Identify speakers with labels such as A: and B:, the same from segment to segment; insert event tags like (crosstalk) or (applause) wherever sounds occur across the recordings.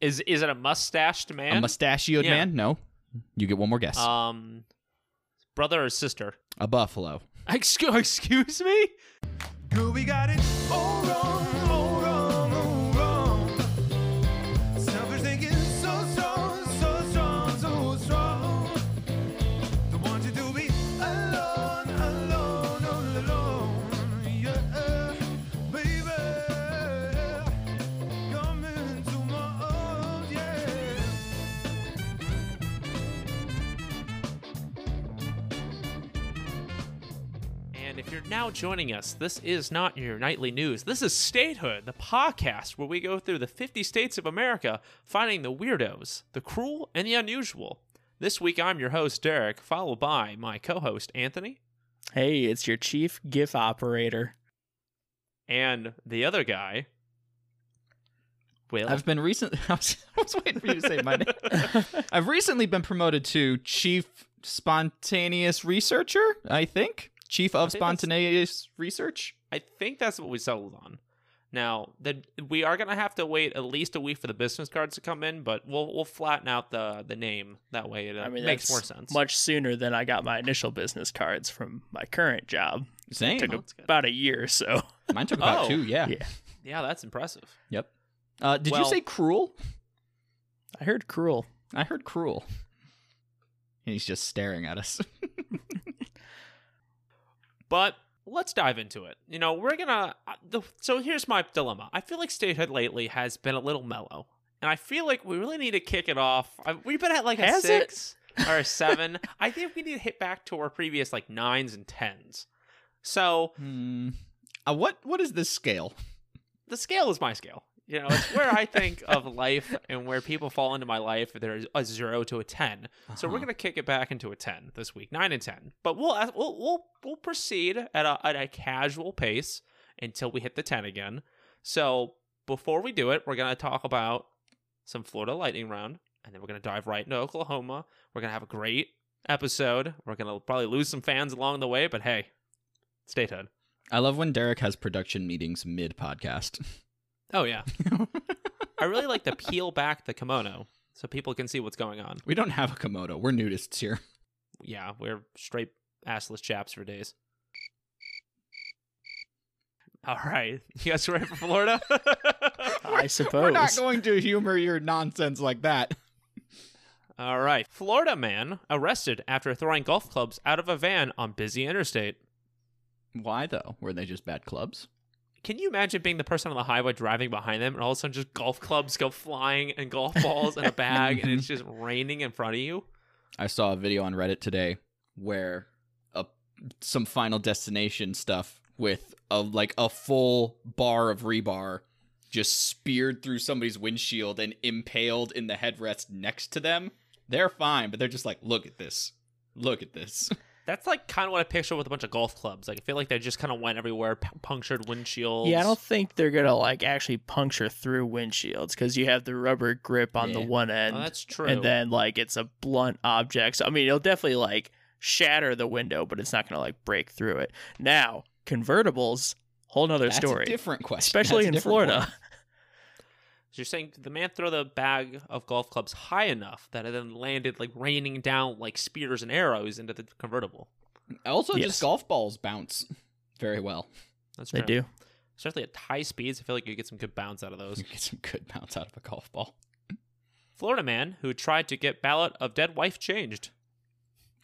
A: Is is it a mustached man?
B: A mustachioed
A: Yeah.
B: man? No. You get one more guess.
A: um, brother or sister? (laughs)
B: a buffalo.
A: Excuse excuse me.
C: Girl, we got it all wrong, all wrong, all wrong. Selfish thinking, so strong, so strong, so strong. Don't want you to be alone, alone, all alone. Yeah, baby. Come into my arms, yeah.
A: And if you're now joining us, this is not your nightly news. This is Statehood, the podcast where we go through the 50 states of America, finding the weirdos, the cruel, and the unusual. This week, I'm your host, Derek, followed by my co host, Anthony,
D: Hey, it's your chief GIF operator.
A: and the other guy, Will.
B: I've been recent. (laughs) I was, I was waiting for you to say my (laughs) name. I've recently been promoted to chief spontaneous researcher. I think chief of
A: think that's-
B: spontaneous research.
A: I think that's what we settled on. Now, the, we are going to have to wait at least a week for the business cards to come in, but we'll we'll flatten out the, the name. That way it uh,
D: I mean,
A: makes
D: that's
A: more sense.
D: Much sooner than I got my initial business cards from my current job.
B: Same.
D: took
A: Oh, that's good.
D: about a year or so.
B: Mine took about
A: Oh.
B: two. Yeah.
D: Yeah.
A: yeah, that's impressive.
B: Yep. Uh, did
A: Well-
B: you say cruel?
D: I heard cruel.
B: I heard cruel. And he's just staring at us.
A: But let's dive into it. You know, we're gonna. uh, The, so here's my dilemma. I feel like statehood lately has been a little mellow, and I feel like we really need to kick it off. I, we've been at like a
D: Has it?
A: six or a seven. (laughs) I think we need to hit back to our previous like nines and tens. So
B: (laughs) Hmm. Uh, what What is this scale?
A: the scale is my scale. You know, it's where I think of life and where people fall into my life. There's a zero to a 10 So we're
B: Uh-huh.
A: gonna kick it back into a ten this week, nine and ten. But we'll we'll we'll, we'll proceed at a, at a casual pace until we hit the ten again. So before we do it, we're gonna talk about some Florida lightning round, and then we're gonna dive right into Oklahoma. We're gonna have a great episode. We're gonna probably lose some fans along the way, but hey, statehood.
B: I love when Derek has production meetings mid podcast.
A: Oh yeah, I really like to peel back the kimono so people can see what's going on.
B: (laughs) we don't have a Komodo. We're nudists here.
A: yeah, we're straight assless chaps for days. All right, you guys ready for Florida? (laughs)
D: I suppose.
B: We're not going to humor your nonsense like that.
A: All right, Florida man arrested after throwing golf clubs out of a van on busy interstate.
B: (laughs) Why though? Were they just bad clubs?
A: Can you imagine being the person on the highway driving behind them, and all of a sudden just golf clubs go flying and golf balls in a bag, and it's just raining in front of you?
B: I saw a video on Reddit today where a, some Final Destination stuff with a like a full bar of rebar just speared through somebody's windshield and impaled in the headrest next to them. They're fine, but they're just like, look at this, look at this.
A: That's like kind of what I picture with a bunch of golf clubs. Like I feel like they just kind of went everywhere, p- punctured windshields.
D: Yeah, I don't think they're gonna like actually puncture through windshields because you have the rubber grip on the
B: Yeah.
D: one end,
A: Oh, that's true.
D: and then like it's a blunt object. So I mean, it'll definitely like shatter the window, but it's not gonna like break through it. Now, convertibles, whole nother
B: That's
D: story,
B: a different question, That's
D: especially
B: a
D: in
B: different
D: Florida.
B: point.
A: So you're saying the man threw the bag of golf clubs high enough that it then landed like raining down like spears and arrows into the convertible.
B: Also,
D: Yes.
B: just golf balls bounce very well.
A: That's
D: They
A: true.
D: do.
A: Especially at high speeds, I feel like you get some good bounce out of those.
B: You (laughs) get some good bounce out of a golf ball.
A: Florida man who tried to get ballot of dead wife changed.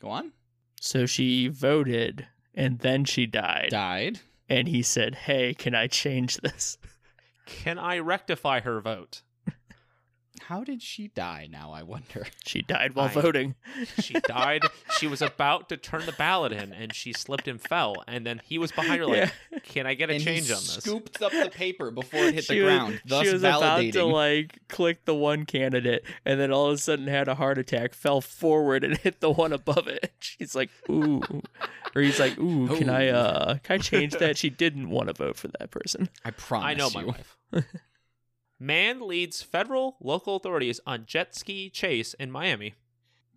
B: Go on.
D: So she voted, and then she died.
B: Died.
D: and he said, "Hey, can I change this?" (laughs)
A: Can I rectify her vote?
B: How did she die? Now I wonder.
D: She died while
A: I-
D: voting. (laughs)
A: She died. she was about to turn the ballot in and she slipped and fell. And then he was behind her like, Can I get a
B: and he
A: change on this?
B: Scooped up the paper before it hit
D: (laughs) She
B: the
D: was-
B: ground, thus
D: she was
B: validating.
D: about to like click the one candidate, and then all of a sudden had a heart attack, fell forward, and (laughs) hit the one above it. (laughs) She's like, "Ooh," or he's like, "Ooh, can I
B: Ooh.
D: uh can I change that?" She didn't want to vote for that person.
B: I promise
A: I know my
B: you.
A: wife.
B: (laughs)
A: Man leads federal local authorities on jet ski chase in Miami.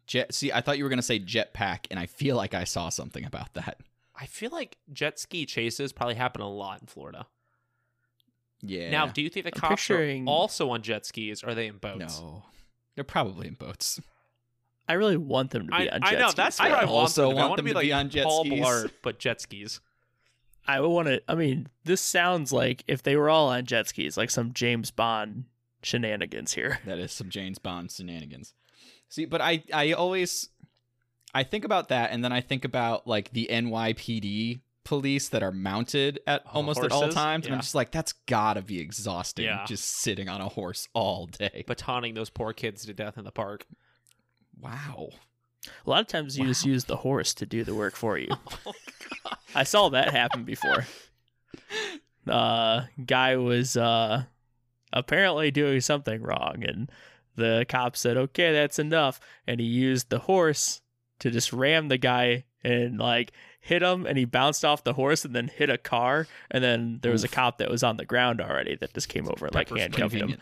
B: Jet, see, I thought you were gonna say jetpack, and I feel like I saw something about that.
A: I feel like jet ski chases probably happen a lot in Florida.
B: Yeah.
A: Now, do you think the
D: I'm
A: cops
D: picturing-
A: are also on jet skis? Or are they in boats?
B: no, they're probably in boats.
D: I really want them to be
A: I,
D: on
A: I
D: jet
A: know
D: skis,
A: that's
D: though.
A: what I
B: also
A: want. Them to be. I
B: want
A: want
B: them
A: to
B: to
A: be
B: be
A: like
B: on jet
A: Paul
B: skis.
A: Blart, but jet skis.
D: I want to. I mean, this sounds like if they were all on jet skis, like some James Bond shenanigans here.
B: That is some James Bond shenanigans. See, but I I always I think about that and then I think about like the NYPD police that are mounted at
A: On the
B: almost at all
A: horses?
B: times and I'm
A: Yeah.
B: just like that's got to be exhausting
A: Yeah.
B: just sitting on a horse all day.
A: Batoning those poor kids to death in the park.
B: Wow.
D: A lot of times you just use the horse to do the work
B: (laughs)
D: for you.
B: Oh
D: I saw that happen before. Uh guy was uh apparently doing something wrong and the cop said, "Okay, that's enough." And he used the horse to just ram the guy and like hit him and he bounced off the horse and then hit a car and then there was a
B: Oof.
D: cop that was on the ground already that just came over and like
A: Pepper spray.
D: handcuffed him.
B: Convenient.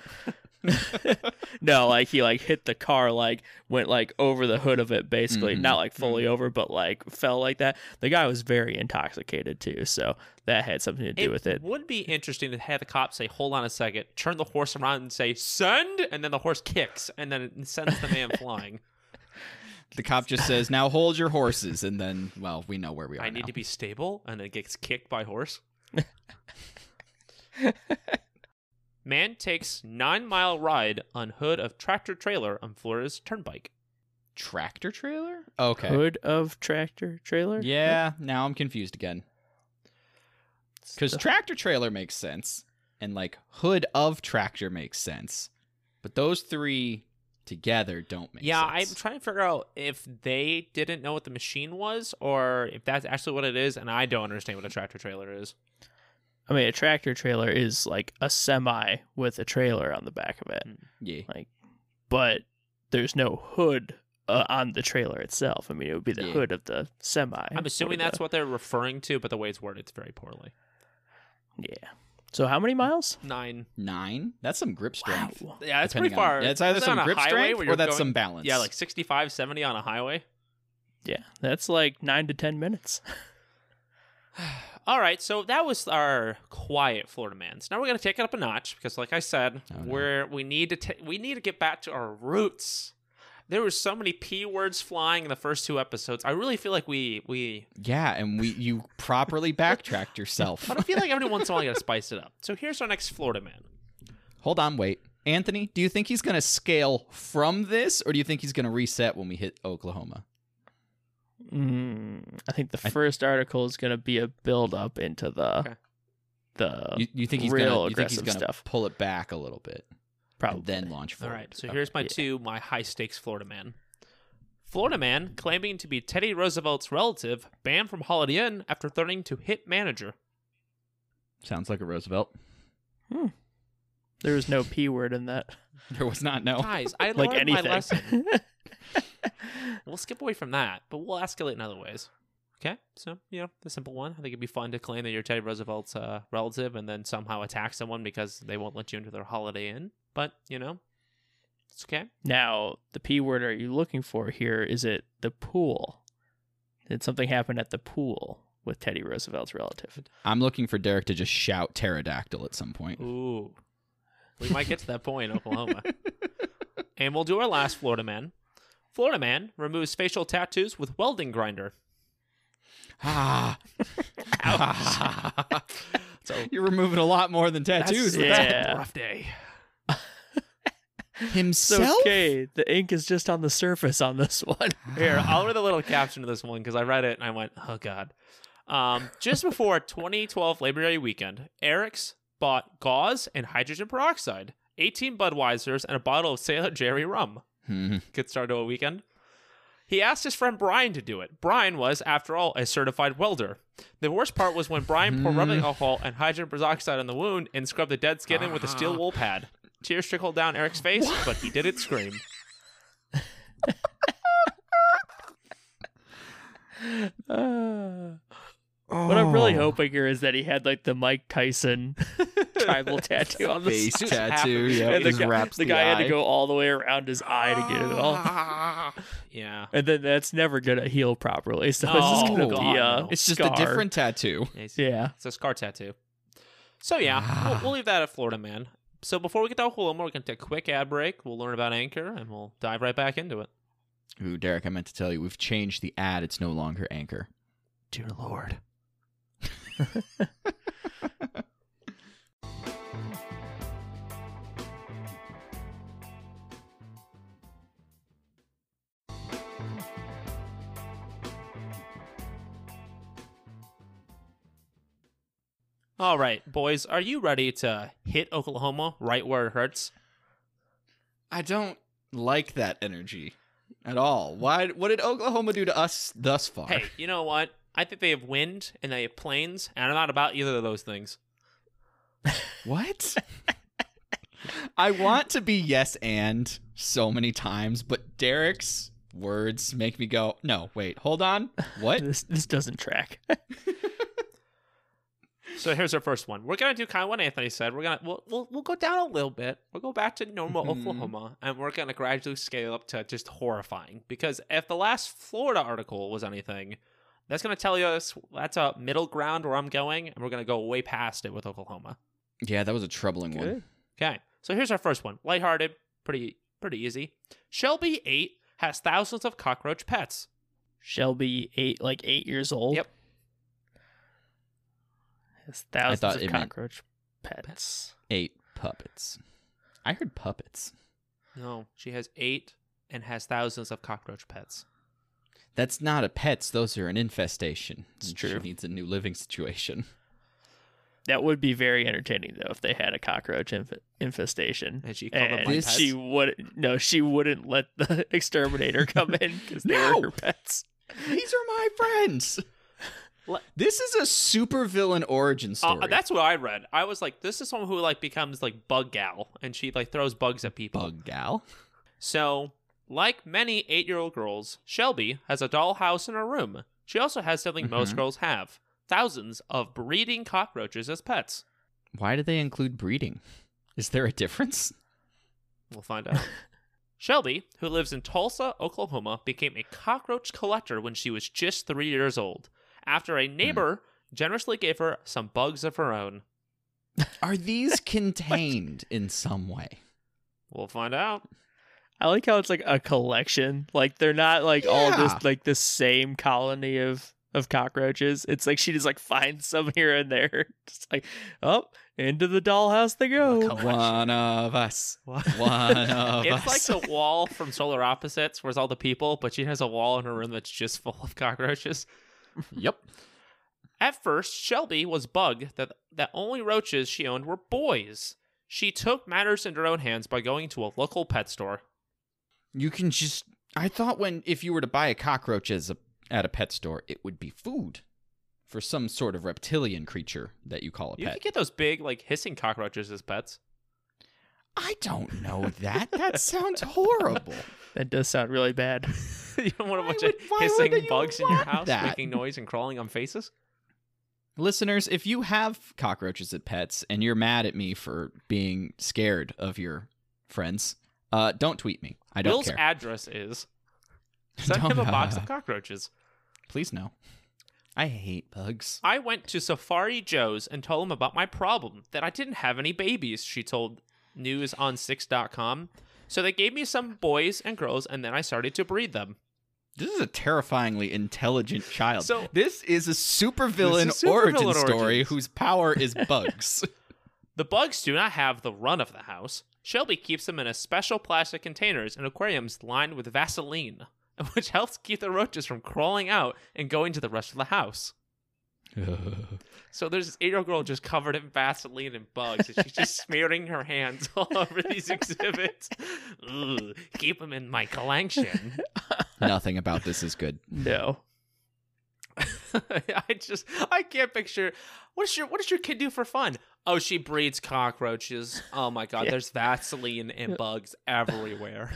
D: no, like he like hit the car, like went like over the hood of it, basically
A: Mm-hmm.
B: Mhm.
D: not like fully over, but like fell like that. The guy was very intoxicated too, so that had something to do with it.
A: would be interesting to have the cop say, "Hold on a second, turn the horse around and say send," and then the horse kicks and then it sends the
B: (laughs)
A: man flying.
B: The cop just says, "Now hold your horses," and then, well, we know where we are.
A: I need to be stable, and it gets kicked by horse.
B: (laughs)
A: Man takes nine mile ride on hood of tractor trailer on Florida's turnpike.
B: tractor trailer. Okay.
D: Hood of tractor trailer.
B: Yeah. Now I'm confused again
D: It's
B: because
D: the-
B: tractor trailer makes sense, and like hood of tractor makes sense, but those three together don't make.
A: yeah, I'm
B: sense.
A: trying to figure out if they didn't know what the machine was, or if that's actually what it is, and I don't understand what a tractor trailer is.
D: I mean, a tractor trailer is like a semi with a trailer on the back of it,
A: Mm.
B: Yeah.
D: but there's no hood. Uh, on the trailer itself. I mean, it would be the
B: Yeah.
D: hood of the semi.
A: I'm assuming that's
D: what.
A: what they're referring to, but the way it's worded, it's very poorly.
D: Yeah. So, how many miles?
A: Nine.
B: Nine. That's some grip strength.
D: Wow.
A: Yeah, that's
B: depending
A: pretty far.
B: On, that's either
A: Is that
B: some
A: on a
B: grip
A: highway
B: strength
A: where
B: or
A: you're
B: that's
A: going-
B: some balance.
A: Yeah, like 65, 70 on a highway.
D: Yeah, that's like nine to ten minutes.
A: All right, so that was our quiet Florida man's. Now we're gonna take it up a notch because, like I said,
B: Oh, no.
A: we're we need to ta- we need to get back to our roots. There were so many p words flying in the first two episodes. I really feel like we we.
B: yeah, and we you properly backtracked yourself.
A: But (laughs) I feel like every once in a while, you gotta spice it up. So here's our next Florida man.
B: Hold on, wait. Anthony, do you think he's going to scale from this or do you think he's going to reset when we hit Oklahoma?
D: Mm, I think the
B: I-
D: first article is going to be a build up into the
A: Okay.
D: the
B: You, you think he's
D: real
B: going to you think he's
D: aggressive
B: going to
D: stuff.
B: pull it back a little bit
D: probably
B: and then launch
A: All
B: forward?
A: right, so here's my two my high stakes Florida man. Florida man claiming to be Teddy Roosevelt's relative banned from Holiday Inn after threatening to hit manager.
B: Sounds like a Roosevelt.
D: There was no p word
A: (laughs)
D: in that,
B: There was not no.
A: Guys, I
D: (laughs) like
A: learned my lesson.
D: anything.
A: We'll skip away from that, but we'll escalate in other ways. Okay, so you know the simple one. I think it'd be fun to claim that you're Teddy Roosevelt's uh, relative and then somehow attack someone because they won't let you into their Holiday Inn. But you know, it's okay.
D: (laughs) now, the p word are you looking for here? Is it the pool? Did something happen at the pool with Teddy Roosevelt's relative?
B: I'm looking for Derek to just shout pterodactyl at some point.
A: Ooh, we might get to that point, in Oklahoma. and we'll do our last Florida man. Florida man removes facial tattoos with welding grinder.
B: Ah.
A: So
B: (laughs) You're removing a lot more than tattoos.
A: that's,
B: with
A: that's
B: (laughs) that.
A: a
D: Yeah.
A: rough day.
D: It's
B: Himself?
D: okay. The ink is just on the surface on this (laughs) one.
A: Here, I'll read the little caption of this one because I read it and I went, oh God. Um, just before (laughs) 2012 Labor Day weekend, Eric's bought gauze and hydrogen peroxide, 18 Budweisers, and a bottle of Sailor Jerry rum.
B: Hmm.
A: Good start to a weekend. He asked his friend Brian to do it. Brian was, after all, a certified welder. The worst part was when Brian poured rubbing alcohol and hydrogen peroxide on the wound and scrubbed the dead skin in with a steel wool pad. Tears trickled down Eric's face, but he didn't scream.
D: Uh, What I'm
B: Oh.
D: really hoping here is that he had like the Mike
A: (laughs)
D: Tyson tribal tattoo on the
B: Oh, Face
D: side.
B: tattoo. Yeah,
D: and the
B: just
D: guy,
B: wraps
D: the guy had
B: eye.
D: to go all the way around his eye to get it
B: Ah.
D: all.
B: (laughs)
A: Yeah.
D: And then that's never gonna heal properly. So
A: Oh,
D: it's just gonna
A: God,
D: be a
A: no.
B: It's just
D: scar.
B: a different tattoo.
A: Nice.
D: Yeah.
A: It's a scar tattoo. So yeah, we'll, we'll leave that at Florida Man. So before we get to Oklahoma, we're gonna take a quick ad break. We'll learn about Anchor, and we'll dive right back into it.
B: Ooh, Derek, I meant to tell you, we've changed the ad. It's no longer Anchor.
A: Dear Lord. (laughs) All right, boys, are you ready to hit Oklahoma right where it hurts?
B: I don't like that energy at all. Why? What did Oklahoma do to us thus
A: (laughs)
B: far?
A: Hey, you know what? I think they have wind and they have planes, and I'm not about either of those things.
B: What? (laughs) I want to be yes and so many times, but Derek's words make me go, no, wait, hold on. What?
D: This this doesn't track. (laughs)
A: So here's our first one. We're gonna do kind of what Anthony said. We're gonna we'll we'll, we'll go down a little bit. We'll go back to normal
B: Mhm.
A: Oklahoma, and we're gonna gradually scale up to just horrifying. Because if the last Florida article was anything, that's gonna tell you us that's a middle ground where I'm going, and we're gonna go way past it with Oklahoma.
B: (laughs) Yeah, that was a troubling one.
A: Okay. So here's our first one. Lighthearted, pretty pretty easy. Shelby Eight has thousands of cockroach pets.
D: Shelby eight like eight years old.
A: Yep.
D: Has thousands
B: thought
D: of
B: it meant-
D: cockroach pets.
B: Eight puppets. I heard puppets.
A: No, she has eight and has thousands of cockroach pets.
B: That's not a pets. Those are an infestation.
D: It's
B: And
D: true.
B: She needs a new living (laughs) situation.
D: That would be very entertaining though if they had a cockroach inf- infestation.
A: And she called them
D: And
A: my
B: This-
A: pets.
D: she would no, she wouldn't let the (laughs) exterminator come in because they
B: No!
D: were her pets.
B: These are my friends.
A: What?
B: This is a supervillain origin
A: Uh,
B: story.
A: that's what I read. I was like, this is someone who like becomes like bug gal, and she like throws bugs at people.
B: bug gal.
A: So, like many eight-year-old girls, Shelby has a dollhouse in her room. She also has something most
B: Mhm.
A: girls have: thousands of breeding cockroaches as pets.
B: Why do they include breeding? Is there a difference?
A: We'll find
B: (laughs)
A: out. Shelby, who lives in Tulsa, Oklahoma, became a cockroach collector when she was just three years old. After
B: Hmm.
A: a neighbor generously gave her some bugs of her own.
B: Are these contained in some way?
A: We'll find out.
D: I like how it's like a collection. Like they're not like all
B: Yeah.
D: just like the same colony of of cockroaches. It's like she just like finds (laughs) some here and there. Just like up into the dollhouse they go.
B: One of us.
A: What? (laughs)
B: One of
A: It's like
B: us.
A: the
B: (laughs)
A: wall from Solar Opposites, where's all the people, but she has a wall in her room that's just (laughs) full of cockroaches.
B: yep.
A: At first, Shelby was bugged that the only roaches she owned were boys. She took matters into her own hands by going to a local pet store.
B: You can just. I thought when if you were to buy a cockroach as a, at a pet store, it would be food for some sort of reptilian creature that you call a
A: You
B: pet.
A: can get those big, like hissing cockroaches as pets. (laughs)
B: I don't know that. That sounds horrible.
D: (laughs) That does sound really bad.
A: you don't want a
B: Why
A: bunch
B: would-
A: of
B: why would
A: hissing
B: you
A: bugs in your
B: want
A: house
B: that?
A: making noise and crawling on faces.
B: Listeners, if you have cockroaches as pets and you're mad at me for being scared of your friends, uh, don't tweet me. I don't
A: Will's
B: care.
A: address
B: (laughs)
A: is send
B: Don't-
A: him a
B: (laughs)
A: box of cockroaches.
B: Please no. I hate bugs.
A: I went to Safari Joe's and told him about my problem that I didn't have any babies, she told news on 6.com. So they gave me some boys and girls and then I started to breed them.
B: This is a terrifyingly intelligent child.
A: So-
B: this is a supervillain
A: This is supervillain
B: origin story
A: origins.
B: whose power (laughs) is bugs.
A: The bugs do not have the run of the house. Shelby keeps them in a special plastic containers and aquariums lined with Vaseline, (laughs) which helps keep the roaches from crawling out and going to the rest of the house. So there's this eight-year-old girl just covered in Vaseline and bugs, and she's just smearing her hands (laughs) all over these exhibits. Ooh, keep them in my collection. (laughs)
B: Nothing about this is good.
D: No.
A: I just I can't picture what's your what does your kid do for fun? Oh, she breeds cockroaches. Oh my god,
D: Yeah.
A: there's Vaseline and bugs everywhere.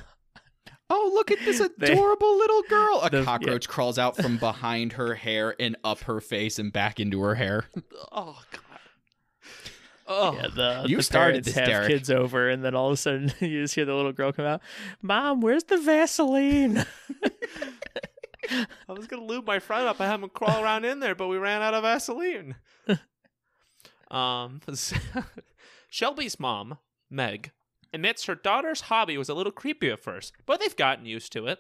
B: Oh, look at (laughs) this
D: They-
B: adorable little girl. A
D: The- yeah.
B: cockroach crawls out from behind her hair and up her face and back into her hair.
A: (laughs) Oh god. Oh
D: Yeah, the,
B: You
D: the
B: started
D: parents
B: this,
D: have
B: Derek.
D: kids over and then all of a sudden (laughs) you just hear the little girl come out, Mom, where's the Vaseline? (laughs)
A: I was gonna lube my friend up and have him crawl around in there, but we ran out of Vaseline. Um, (laughs) Shelby's mom, Meg, admits her daughter's hobby was a little creepy at first, but they've gotten used to it.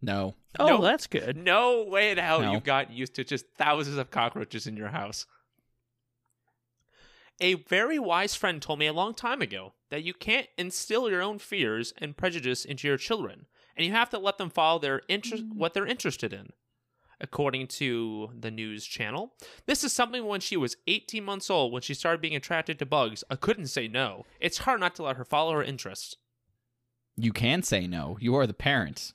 B: No.
D: Oh,
A: No.
D: that's good.
A: No way in hell
B: No.
A: you've gotten used to just thousands of cockroaches in your house. A very wise friend told me a long time ago that you can't instill your own fears and prejudice into your children, and you have to let them follow their interest
D: Mm.
A: what they're interested in. According to the news channel, this is something when she was 18 months old when she started being attracted to bugs. I couldn't say no. It's hard not to let her follow her interests.
B: You can say no. You are the parent.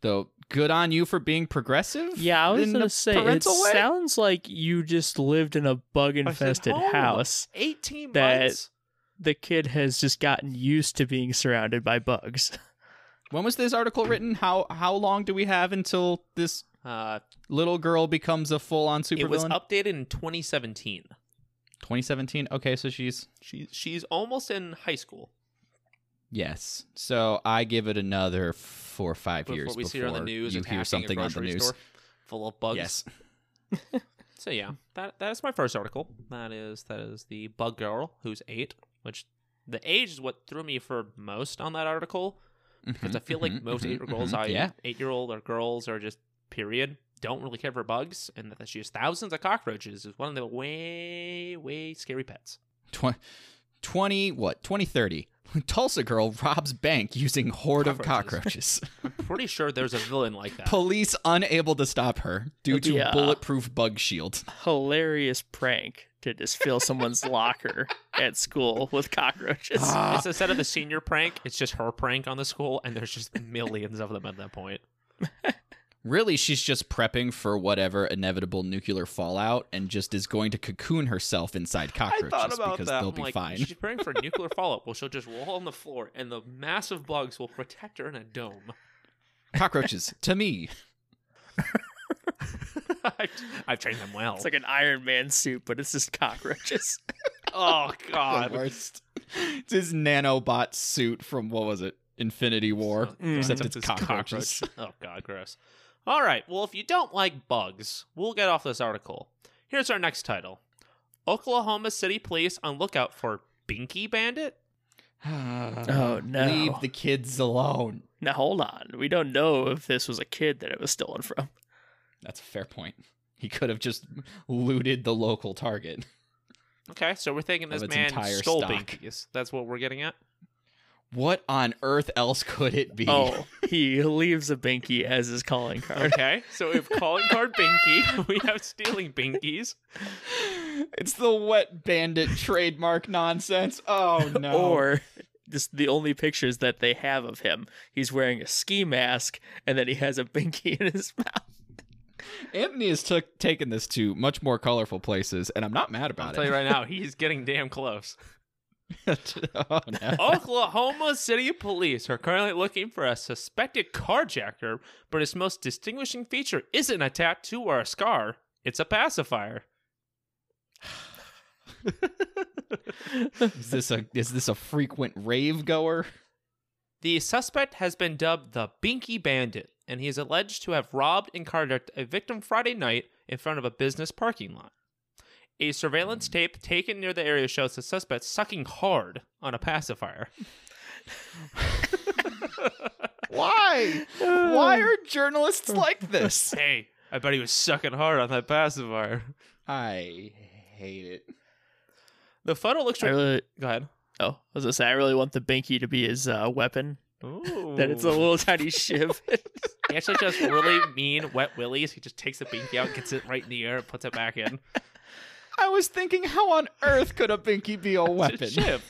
B: Though good on you for being progressive.
D: Yeah, I was
B: in
D: gonna
B: a
D: say it
B: parental way.
D: sounds like you just lived in a bug
A: I said,
D: infested
A: "Oh,
D: house.
A: 18
D: That-
A: months.
D: The kid has just gotten used to being surrounded by bugs. (laughs)
B: When was this article written? How how long do we have until this
A: Uh,
B: little girl becomes a full on
A: it was
B: supervillain?
A: updated in 2017.
B: 2017. Okay, so she's
A: She she's almost in high school
B: yes. So I give it another four or five
A: before
B: years
A: we see her on the
B: before
A: news.
B: You
A: attacking
B: hear something
A: a
B: on the
A: grocery
B: news.
A: store full of bugs.
B: Yes.
A: So yeah, that that is my first article. That is that is the bug girl who's eight, which the age is what threw me for most on that article because I feel like
B: mhm,
A: most
B: mhm,
A: eight year olds,
B: mhm.
A: I
B: Yeah.
A: eight year old or girls are just period don't really care for bugs, and that she has thousands of cockroaches is one of the way way scary pets.
B: Tw- 20 what? 2030. (laughs) Tulsa girl robs bank using horde of
A: Cockroaches. (laughs)
B: cockroaches.
A: I'm pretty sure there's a villain like that.
B: Police unable to stop her due to
A: uh,
D: Yeah.
B: bulletproof bug shield.
D: Hilarious prank to just fill someone's locker at school with cockroaches.
B: Ah,
A: It's instead of the senior prank, it's just her prank on the school, and there's just (laughs) millions of them at that point.
B: really, she's just prepping for whatever inevitable nuclear fallout and just is going to cocoon herself inside cockroaches because they'll
A: I'm
B: be
A: like,
B: fine.
A: She's praying for nuclear fallout. Well, she'll just roll on the floor, and the massive bugs will protect her in a
B: (laughs)
A: dome.
B: (laughs) Cockroaches, to me.
A: I've, I've trained them well.
D: It's like an Iron Man suit, but it's just cockroaches. (laughs)
A: oh
B: The
A: god,
B: worst. It's his nanobot suit from, what was it? Infinity War. (sighs)
A: Mm.
B: Except
A: Except
B: it's
A: it's
B: cockroaches.
A: (laughs) Oh god, gross. All right. Well, if you don't like bugs, we'll get off this article. Here's our next title: Oklahoma City Police on lookout for Binky Bandit.
D: Oh, no.
B: Leave the kids alone.
D: now hold on, we don't know if this was a kid that it was
B: (laughs)
D: stolen from.
B: That's a fair point. He could have just looted the local target.
A: Okay, so we're thinking
B: Of
A: this
B: its
A: man
B: entire
A: stole
B: stock.
A: Binkies. That's what we're getting at.
B: What on earth else could it be?
D: Oh, he leaves a binky as his calling card.
A: Okay, so if calling card Binky, (laughs) we have stealing Binkies.
B: (laughs) It's the wet bandit trademark nonsense. Oh no.
D: Or just the only pictures that they have of him. He's wearing a ski mask and then he has a binky in his mouth.
B: Anthony has took taken this to much more colorful places, and I'm not mad
A: I'll
B: about
A: tell you
B: it.
A: right now, he's getting damn close.
B: (laughs) oh,
A: (laughs)
B: no.
A: Oklahoma City police are currently looking for a suspected carjacker, but his most distinguishing feature isn't a tattoo or a scar, it's a pacifier.
B: Is this a is this a frequent rave goer?
A: The suspect has been dubbed the Binky Bandit, and he is alleged to have robbed and carjacked a victim Friday night in front of a business parking lot. A surveillance tape taken near the area shows the suspect sucking hard on a pacifier.
B: Why? Why are journalists like this?
A: hey, I bet he was sucking hard on that pacifier.
B: (laughs) I hate it.
A: The photo looks.
D: I really,
A: Go ahead.
D: oh, I was gonna say I really want the binky to be his uh, weapon.
A: Ooh.
D: (laughs) That it's a (laughs) little tiny shiv.
A: He actually just really mean wet willies. He just takes the binky out, gets it right in the air, and puts it back
D: (laughs)
A: in.
B: I was thinking, how on earth could a binky be a weapon?
A: It's a chip.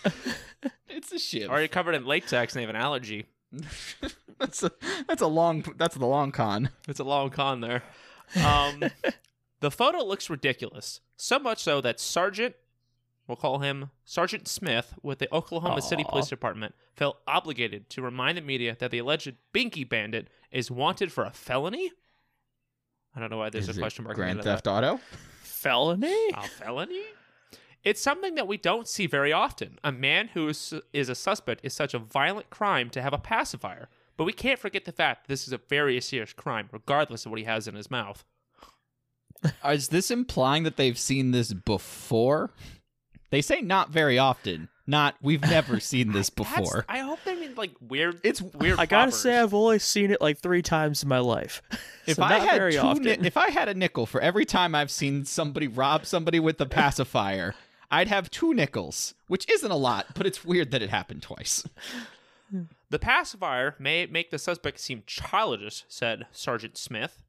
B: It's a ship.
A: Already covered in latex, and they have an allergy.
B: (laughs) that's a that's a long that's the long con.
A: It's a long con there.
B: (laughs)
A: Um, the photo looks ridiculous, so much so that Sergeant, we'll call him Sergeant Smith, with the Oklahoma City
D: Aw.
A: Police Department, felt obligated to remind the media that the alleged Binky Bandit is wanted for a felony. I don't know why there's a question mark. at the end
B: Grand
A: of that.
B: Theft Auto.
D: Felony?
A: a felony? It's something that we don't see very often. A man who is, is a suspect is such a violent crime to have a pacifier. But we can't forget the fact that this is a very serious crime, regardless of what he has in his mouth.
B: Is this implying that they've seen this before? They say not very often. Not
A: (laughs)
B: we've never seen this
A: That's-
B: before.
A: I hope they mean like weird.
B: It's-
A: weird.
D: I gotta
A: floppers.
D: say, I've only seen it like three times in my life. (laughs)
B: If
D: So
B: I
D: not
B: had
D: very
B: two
D: often.
B: ni- if I had a nickel for every time I've seen somebody rob somebody with a pacifier, I'd have two nickels, which isn't a lot, but it's weird that it happened twice.
A: the pacifier may make the suspect seem childish," said Sergeant Smith.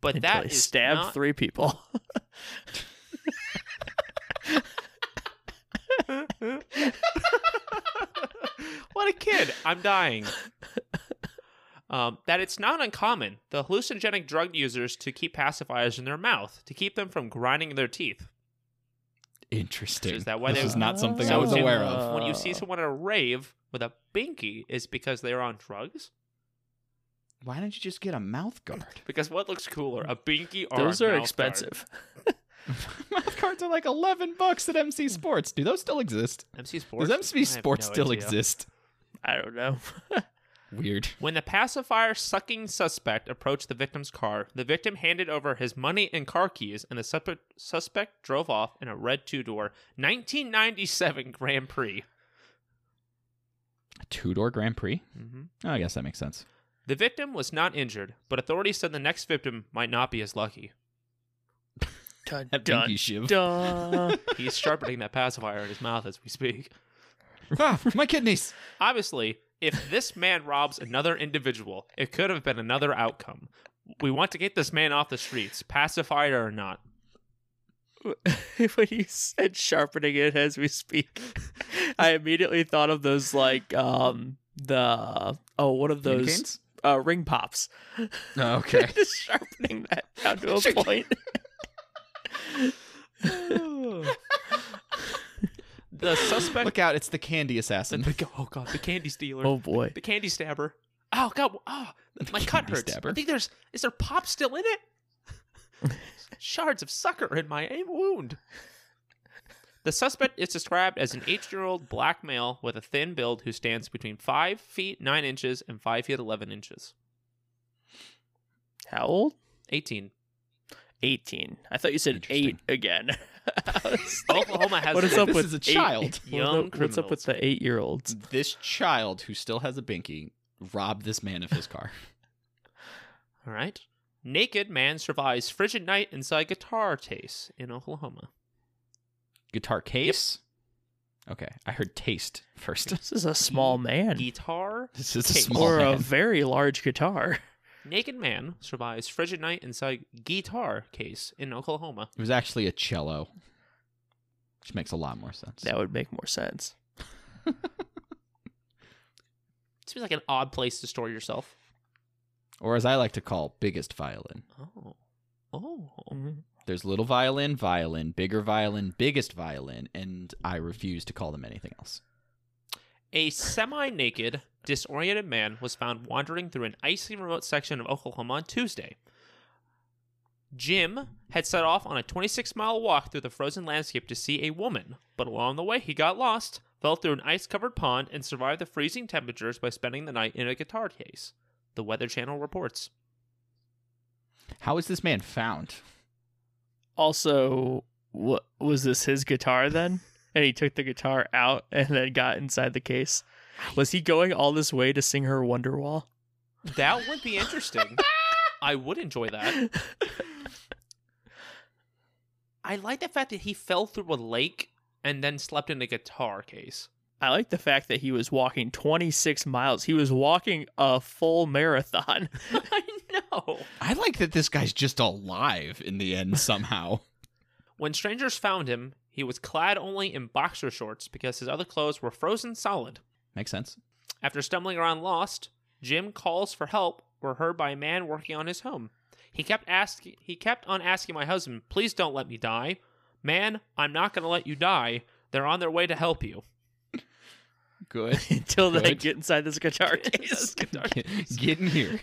A: But
D: Until
A: that
D: he
A: is
D: stabbed
A: not-
D: three people. (laughs)
A: what a kid! I'm dying. Um, that it's not uncommon the hallucinogenic drug users to keep pacifiers in their mouth to keep them from grinding their teeth.
B: Interesting.
A: Is that why
B: this
A: they-
B: is not something I
A: So
B: was
A: Tim,
B: aware
D: uh,
B: of.
A: When you see someone at a rave with a binky, is because they are on drugs.
B: Why don't you just get a mouth guard? (laughs)
A: Because what looks cooler, a binky or
D: Those
A: a
D: are
A: mouth guard?
D: expensive.
B: mouth guards are like eleven bucks at MC Sports. Do those still exist?
A: MC Sports.
B: Does MC
A: I have
B: Sports
A: no
B: still
A: idea.
B: exist?
D: I don't know.
B: Weird.
A: When the pacifier sucking suspect approached the victim's car, the victim handed over his money and car keys, and the suspect, suspect drove off in a red two door 1997 Grand Prix.
B: Two door Grand Prix.
A: Mm-hmm.
B: Oh, I guess that
A: (laughs)
B: makes sense.
A: The victim was not injured, but authorities said the next victim might not be as lucky.
D: Dun,
B: That
D: dun,
B: binky shiv.
D: dun.
A: He's sharpening that pacifier in his mouth as we speak.
B: (laughs) ah, my kidneys.
A: Obviously, if this man robs another individual, it could have been another outcome. We want to get this man off the streets, pacifier or not.
D: (laughs) when you said sharpening it as we speak, I immediately thought of those like um the oh one of
B: Candy
D: those
B: canes?
D: uh, ring pops.
B: (laughs)
D: (laughs)
B: Oh, okay.
D: Just sharpening that down to a point.
A: The suspect.
B: (laughs) Look out! It's the candy assassin.
A: the, (laughs) oh god, the candy stealer,
D: Oh boy.
A: the candy stabber. Oh god, oh,
B: (laughs)
A: my cut
B: candy
A: hurts.
B: stabber.
A: I think there's is there pop still in it? (laughs) Shards of sucker in my aim wound. The suspect is described as an eight-year-old black male with a thin build who stands between five feet nine inches and five feet eleven inches.
D: How old?
A: (laughs) Eighteen.
D: 18. I thought you said 8 again. (laughs) I was like,
A: Oklahoma has
D: what is
A: the
D: up
B: this
D: with
B: is a
D: eight-
B: child.
D: (laughs) what is up-
A: Young
D: what's up
A: criminals.
D: with the 8-year-olds?
B: This child who still has a binky robbed this man of his car.
A: All right. Naked man survives frigid night inside guitar case in Oklahoma.
B: (laughs) Guitar case. Okay, I heard taste first.
D: This is a small man
A: Guitar.
B: (laughs) This is a
A: Case.
B: small
D: or a
B: man.
D: very large guitar. (laughs)
A: Naked man survives frigid night inside guitar case in Oklahoma.
B: It was actually a cello, which makes a lot more sense.
D: That would make more sense.
A: Seems like an odd place to store yourself.
B: Or as I like to call, biggest violin.
A: Oh. Oh.
B: There's little violin, violin, bigger violin, biggest violin, and I refuse to call them anything else.
A: A semi naked, disoriented man was found wandering through an icy remote section of Oklahoma on Tuesday. Jim had set off on a 26 mile walk through the frozen landscape to see a woman, but along the way he got lost, fell through an ice covered pond, and survived the freezing temperatures by spending the night in a guitar case. The Weather Channel reports.
B: How is this man found?
D: Also, what was this his guitar then? And he took the guitar out and then got inside the case. Was he going all this way to sing her Wonderwall?
A: That would be (laughs) interesting. I would enjoy that. I like the fact that he fell through a lake and then slept in a guitar case.
D: (laughs) I like the fact that he was walking 26 miles. He was walking a full marathon.
A: (laughs) I know.
B: I like that this guy's just alive in the (laughs) end somehow.
A: When strangers found him, he was clad only in boxer shorts because his other clothes were frozen solid.
B: Makes sense.
A: After stumbling around lost, Jim calls for help were heard by a man working on his home. He kept asking he kept on asking my husband, "Please don't let me die." "Man, I'm not going to let you die. They're on their way to help you."
B: Good.
D: Until they
B: Good.
D: get inside (laughs) this guitar
B: (laughs)
D: case.
B: Get, get in here.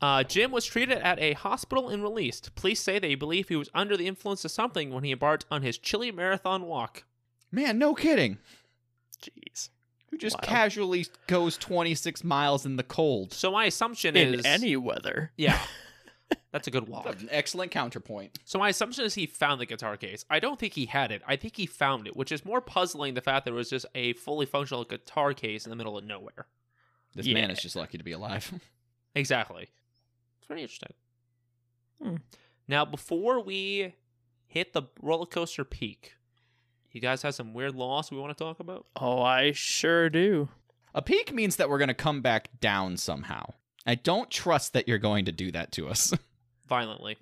A: Uh, Jim was treated at a hospital and released. Police say they believe he was under the influence of something when he embarked on his chilly marathon walk.
B: Man, no kidding.
D: Jeez.
B: Who just
D: Wild.
B: casually goes 26 miles in the cold?
A: So my assumption
D: In
A: is
D: (laughs) any weather.
A: yeah. That's a good walk.
B: An excellent counterpoint.
A: So my assumption is he found the guitar case. I don't think he had it. I think he found it, which is more puzzling the fact that it was just a fully functional guitar case in the middle of nowhere.
B: This
D: Yeah.
B: man is just lucky to be alive. (laughs)
A: Exactly. It's pretty interesting.
D: Hmm.
A: Now, before we hit the roller coaster peak, you guys have some weird loss we want to talk about?
D: Oh, I sure do.
B: A peak means that we're going to come back down somehow. I don't trust that you're going to do that to us.
A: Violently.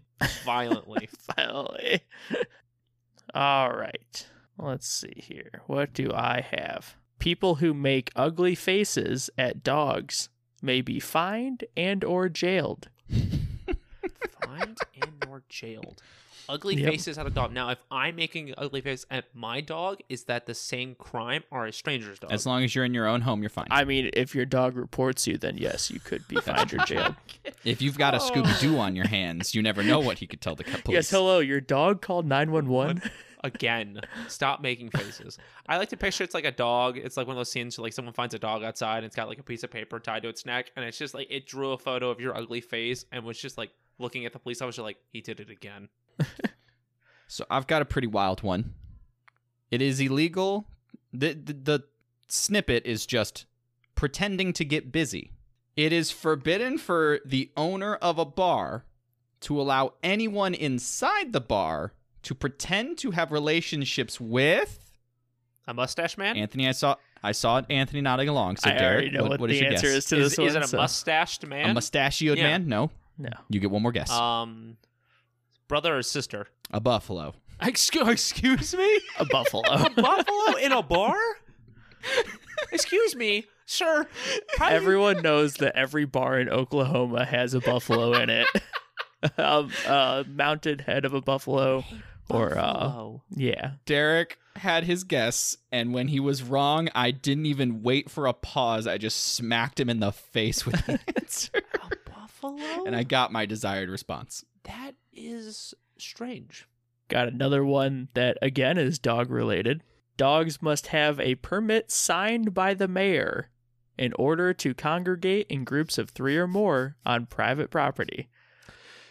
A: Violently.
D: (laughs) Finally. All right. Let's see here. What do I have? People who make ugly faces at dogs may be fined and or jailed.
A: Fined and or jailed. Ugly
D: Yep.
A: faces at a dog. Now, if I'm making an ugly face at my dog, is that the same crime or a stranger's dog?
B: (laughs) As long (laughs) as you're in your own home, you're fine.
D: I mean, if your dog reports you, then yes, you could be fined or
B: (laughs)
D: jailed.
B: if you've got
A: Oh.
B: a Scooby Doo on your hands, you never know what he could tell (laughs) the co-
D: Yes,
B: police.
D: hello, your dog called 911.
A: Again, stop making faces. I like to picture it's like a dog. It's like one of those scenes where like someone finds a dog outside and it's got like a piece of paper tied to its neck, and it's just like it drew a photo of your ugly face and was just like looking at the police officer like he did it again.
B: so I've got a pretty wild one. It is illegal. The, the the snippet is just pretending to get busy. It is forbidden for the owner of a bar to allow anyone inside the bar to pretend to have relationships with
A: A mustache man?
B: Anthony, I saw I saw Anthony nodding along. So
D: I already
B: Derek,
D: know
B: what,
D: what,
B: what is
D: the
B: your
D: answer
B: guess?
D: is to
A: is,
D: this one.
A: is it a
D: so-
A: mustached man?
B: A mustachioed
A: Yeah.
B: man? No.
D: No.
B: You get one more
D: Uh,
B: guess.
A: um, brother or sister?
B: a buffalo.
A: Excuse, (laughs) excuse me?
D: A (laughs) buffalo.
A: Buffalo in a bar? excuse me, sir. How do you-
D: Everyone knows that every bar in Oklahoma has a buffalo in it. (laughs) a, a mounted head of a buffalo. or, uh,
A: Buffalo.
D: Yeah.
B: Derek had his guess, and when he was wrong, I didn't even wait for a pause. I just smacked him in the face with the answer,
A: a (laughs) buffalo?
B: and I got my desired response.
A: That is strange.
D: Got another one that, again, is dog related. Dogs must have a permit signed by the mayor in order to congregate in groups of three or more on private property.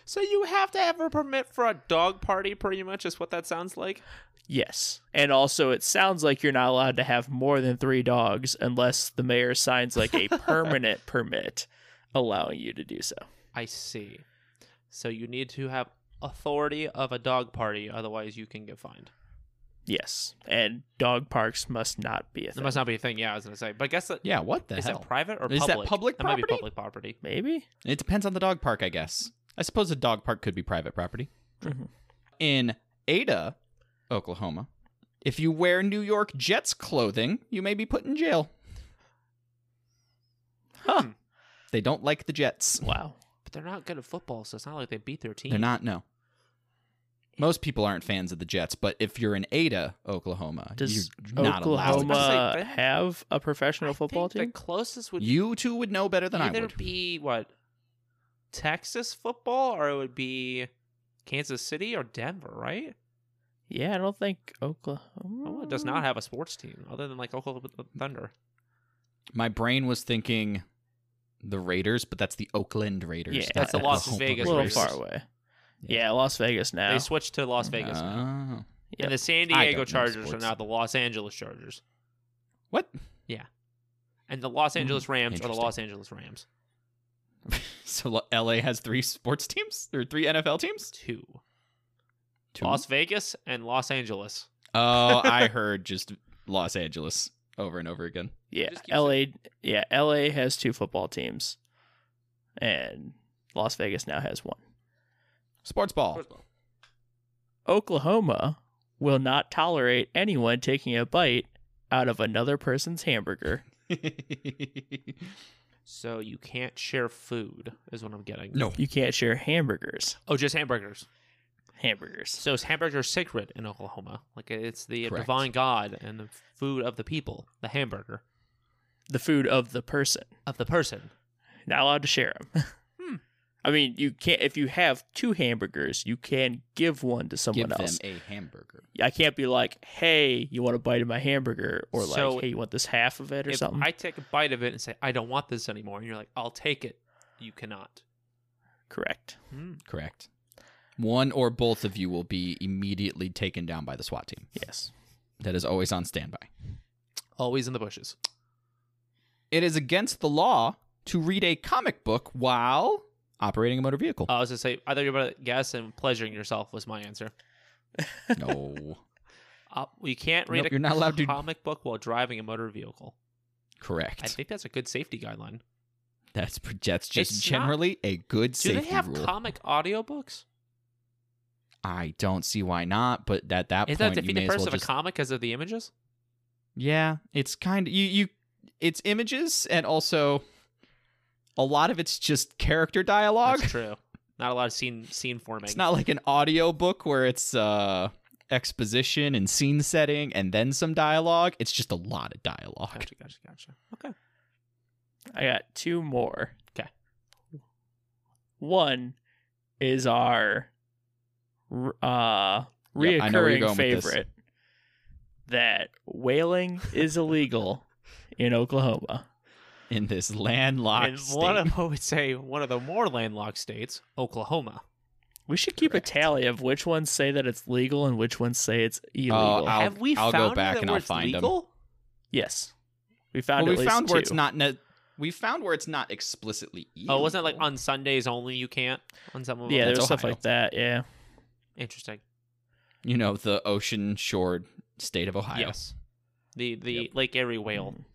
A: So you have to have a permit for a dog party, pretty much, is what that sounds like.
D: Yes. And also, it sounds like you're not allowed to have more than three dogs unless the mayor signs like a permanent permit allowing you to do so.
A: I see. So you need to have authority of a dog party, otherwise you can get fined.
D: Yes. And dog parks must not be a
A: That
D: thing.
A: must not be a thing. Yeah, I was gonna say, but I guess that is
B: Yeah, what the
A: is
B: hell?
A: that private or
B: Is that
A: public?
B: public
A: That might be
B: property?
A: public property.
D: Maybe?
B: It depends on the dog park, I guess. I suppose a dog park could be private property.
A: Mm-hmm.
D: Mhm.
B: In Ada, Oklahoma, if you wear New York Jets clothing, you may be put in jail.
A: Huh.
B: They don't like the Jets.
D: Wow.
A: But they're not good at football, so it's not like they beat their team.
B: They're not, no. Most people aren't fans of the Jets, but if you're in Ada, Oklahoma,
D: Does
B: you're not allowed. To
D: Oklahoma
A: I was gonna say, they-
D: have a
A: I
D: professional football
A: think
D: team?
A: The closest would
B: you two would know better than I
A: either
B: would.
A: be what Texas football, or it would be Kansas City or Denver, right?
D: Yeah, I don't think Oklahoma
A: Oklahoma does not have a sports team other than like Oklahoma uh, Thunder.
B: My brain was thinking the Raiders, but that's the Oakland Raiders.
D: Yeah,
B: not
D: that's the
A: Las
B: Oklahoma
D: a
A: Vegas
D: little
A: Raiders.
D: far away. Yeah, Las Vegas now.
A: They switched to Las Vegas, now.
B: Oh.
D: Yep.
A: and the San
B: I
A: Diego
B: don't know
A: Chargers are
B: sports.
A: now the Los Angeles Chargers,
B: What? Hmm.
A: and the Los Angeles Rams are the
B: interesting.
A: Los Angeles Rams.
B: Oh. (laughs) So L- LA has three sports teams or three NFL teams?
A: Two.
B: Two?
A: Las Vegas and Los Angeles.
B: oh, I heard just Los Angeles over and over again.
D: yeah,
A: just keep
D: LA yeah, LA has two football teams. And Las Vegas now has one.
B: Sports ball. (laughs)
D: Oklahoma will not tolerate anyone taking a bite out of another person's hamburger.
A: So you can't share food, is what I'm getting.
B: no.
D: You can't share hamburgers.
A: Oh, just hamburgers.
D: Hamburgers.
A: So is hamburger sacred in Oklahoma? Like it's the
B: Correct.
A: divine god and the food of the people, the hamburger
D: The food of the person.
A: of the person.
D: Not allowed to share (laughs) them.
A: Hmm.
D: I mean, you can't if you have two hamburgers, you can give one to someone
B: Give
D: else.
B: them a hamburger.
D: I can't be like, "Hey, you want a bite of my hamburger?" or
A: So
D: like, "Hey, you want this half of it?" or
A: if
D: something.
A: I take a bite of it and say I don't want this anymore, and you're like, I'll take it. You cannot.
D: Correct.
B: Correct. One or both of you will be immediately taken down by the SWAT team.
D: Yes.
B: That is always on standby.
A: Always in the bushes.
B: It is against the law to read a comic book while operating a motor vehicle.
A: I was gonna say, I thought you were about to guess, and pleasuring yourself was my answer. (laughs)
B: no.
A: Uh, you can't read
B: Nope,
A: a
B: you're not allowed to-
A: comic book while driving a motor vehicle.
B: Correct.
A: I think that's a good safety guideline.
B: that's that's just
A: It's not-
B: generally a good
A: Do
B: safety
A: they have
B: rule.
A: comic audiobooks?
B: I don't see why not, but at that
A: Is that
B: point
A: defeat
B: you
A: the
B: may as
A: purpose
B: well
A: of a
B: just
A: comic because of the images?
B: Yeah, it's kind of you you it's images and also a lot of it's just character dialogue.
A: That's true. Not a lot of scene scene forming.
B: It's not like an audio book where it's uh exposition and scene setting and then some dialogue. It's just a lot of dialogue.
A: Gotcha, gotcha, gotcha. Okay.
D: I got two more.
A: 'Kay.
D: One is our r- uh
B: Yep, I know where you're going
D: reoccurring
B: with this.
D: favorite that whaling is illegal in Oklahoma.
B: In this landlocked
A: And
B: state.
A: one of, (laughs) I would say one of the more landlocked states, Oklahoma.
D: We should keep
B: Correct.
D: a tally of which ones say that it's legal and which ones say it's illegal.
B: Oh, I'll-
A: Have we
B: I'll go
A: found
B: back
A: that
B: and
A: where
B: I'll
A: it's
B: find 'em.
A: legal?
D: yes, we found
B: well,
D: at
B: we
D: least
B: found where it's
D: two.
B: not ne- we found where it's not explicitly E.
A: Oh, wasn't it like
B: illegal.
A: on Sundays only you can't on some of them?
D: Yeah,
B: That's
D: there's stuff
B: Ohio.
D: like that. Yeah,
A: Interesting.
B: you know the ocean shore state of Ohio.
A: Yes. The the
B: Yep.
A: Lake Erie whale. (laughs)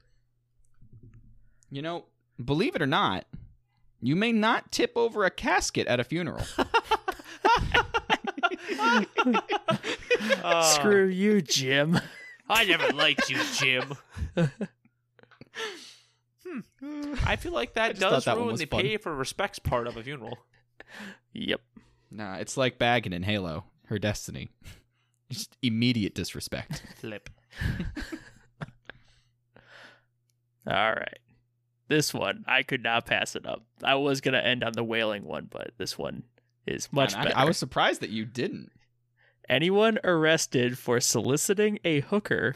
B: You know, believe it or not, you may not tip over a casket at a funeral.
A: Uh,
D: Screw you, Jim. (laughs)
A: I never liked you,
B: (laughs)
A: Jim. hmm. (laughs) I feel like that
B: just
A: does
B: thought that one
A: ruin
B: was
A: the
B: fun.
A: pay for respects part of a funeral.
D: yep.
B: (laughs) nah, it's like Baggin in Halo, her destiny. (laughs) Just immediate disrespect.
A: Flip.
D: All right. This one, I could not pass it up. I was going to end on the wailing one, but this one is much
B: And
D: better.
B: I, I was surprised that you didn't.
D: Anyone arrested for soliciting a hooker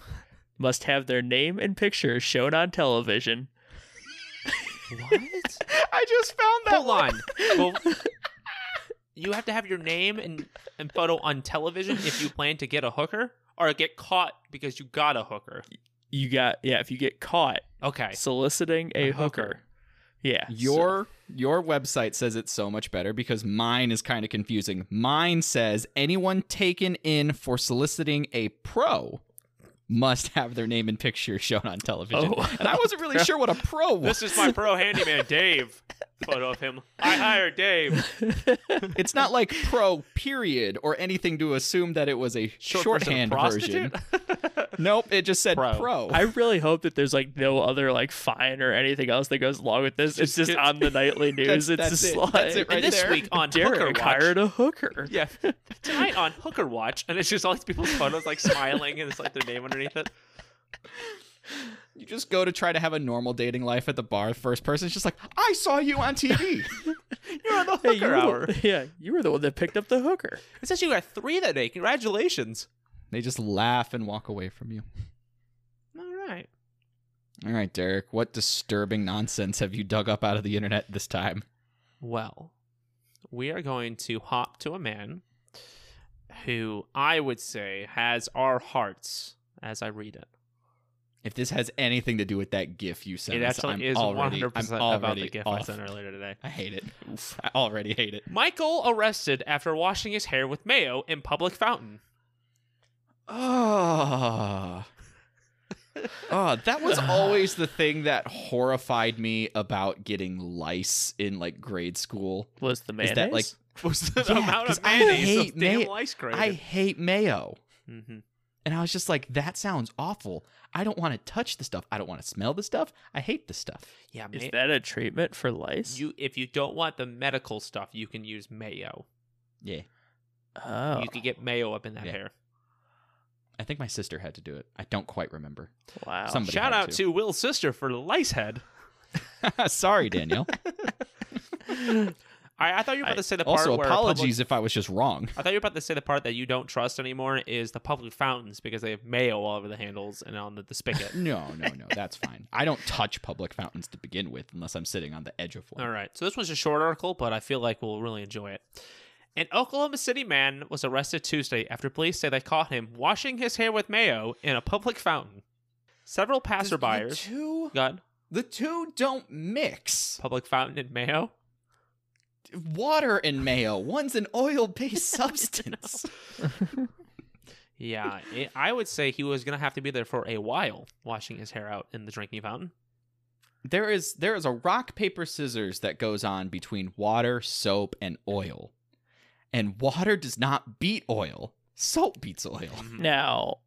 D: must have their name and picture shown on television.
A: What?
B: (laughs) I just found
A: (laughs)
B: that
A: Hold (laughs) on. Well, you have to have your name and, and photo on television if you plan to get a hooker or get caught because you got a hooker.
D: You got, yeah, if you get caught
A: Okay.
D: soliciting a,
A: A
D: hooker.
A: hooker.
D: Yeah. so-
B: Your your website says it's so much better because mine is kind of confusing. Mine says anyone taken in for soliciting a pro must have their name and picture shown on television.
D: Oh.
B: And I
A: (laughs)
B: wasn't really sure what a pro was.
A: This is my pro handyman, Dave. Photo of him. I hired Dave.
B: It's not like pro period or anything to assume that it was a
A: Short for
B: shorthand version.
A: prostitute? (laughs)
B: Nope, it just said pro.
A: Pro.
D: (laughs) I really hope that there's like no other like fine or anything else that goes along with this. It's just
B: it-
D: on the nightly news. it's
B: (laughs) that's
D: just
B: it.
D: like
B: That's it right
A: and this
B: there.
A: week on Hooker
D: Derek
A: Watch.
D: hired a hooker.
A: yeah. Tonight on Hooker Watch, and it's just all these people's photos like smiling and it's like their name underneath it.
B: you just go to try to have a normal dating life at the bar. First person's just like, "I saw you on
A: (laughs)
B: TV."
A: You're on the hooker
D: Hey, you were the-
A: hour.
D: (laughs) yeah, you were the one that picked up the hooker.
A: It says you got three that day. Congratulations.
B: they just laugh and walk away from you.
A: All right.
B: All right, Derek, what disturbing nonsense have you dug up out of the internet this time?
A: Well, we are going to hop to a man who I would say has our hearts as I read it.
B: If this has anything to do with that GIF you sent,
A: it
B: us,
A: actually
B: I'm
A: is
B: already,
A: 100%
B: I'm
A: about
B: already
A: the gift I
B: off.
A: sent earlier today.
B: I hate it. I already hate it.
A: Michael arrested after washing his hair with mayo in public fountain.
B: Oh. oh, that (laughs) was always the thing that horrified me about getting lice in like grade school.
D: Was the
B: Is
D: mayonnaise?
B: that like
A: Was the
B: Yeah,
A: amount
B: 'cause
A: of
B: I
A: mayonnaise those
B: hate
A: damn
B: may-
A: lice grated.
B: I hate mayo.
A: Mhm.
B: And I was just like, that sounds awful. I don't want to touch the stuff. I don't want to smell the stuff. I hate the stuff.
A: Yeah,
D: Is
A: may-
D: that a treatment for lice?
A: you if you don't want the medical stuff, you can use mayo.
B: Yeah.
D: oh,
A: You can get mayo up in that
B: Yeah.
A: hair.
B: I think my sister had to do it. I don't quite remember. (laughs)
D: wow.
B: Somebody
A: Shout
B: had
A: out to. Will's sister for the lice head.
B: (laughs) Sorry, Danielle.
A: I, I thought you were about to say the part
B: Also,
A: where
B: apologies
A: Public,
B: if I was just wrong. (laughs)
A: I thought you were about to say the part that you don't trust anymore is the public fountains because they have mayo all over the handles and on the, the spigot.
B: No, no, no, that's fine. I don't touch public fountains to begin with unless I'm sitting on the edge of one.
A: All right. So this was a short article, but I feel like we'll really enjoy it. An Oklahoma City man was arrested Tuesday after police say they caught him washing his hair with mayo in a public fountain. Several
B: The
A: passerbyers
B: two,
A: got
B: the two don't mix.
A: public fountain and mayo.
B: Water and mayo. One's an
A: (laughs)
B: oil-based substance.
A: Yeah, it, I would say he was gonna have to be there for a while, washing his hair out in the drinking
D: (laughs)
A: fountain.
B: There is there is a rock paper scissors that goes on between water, soap, and oil. And water does not beat oil. Soap beats oil.
D: Now,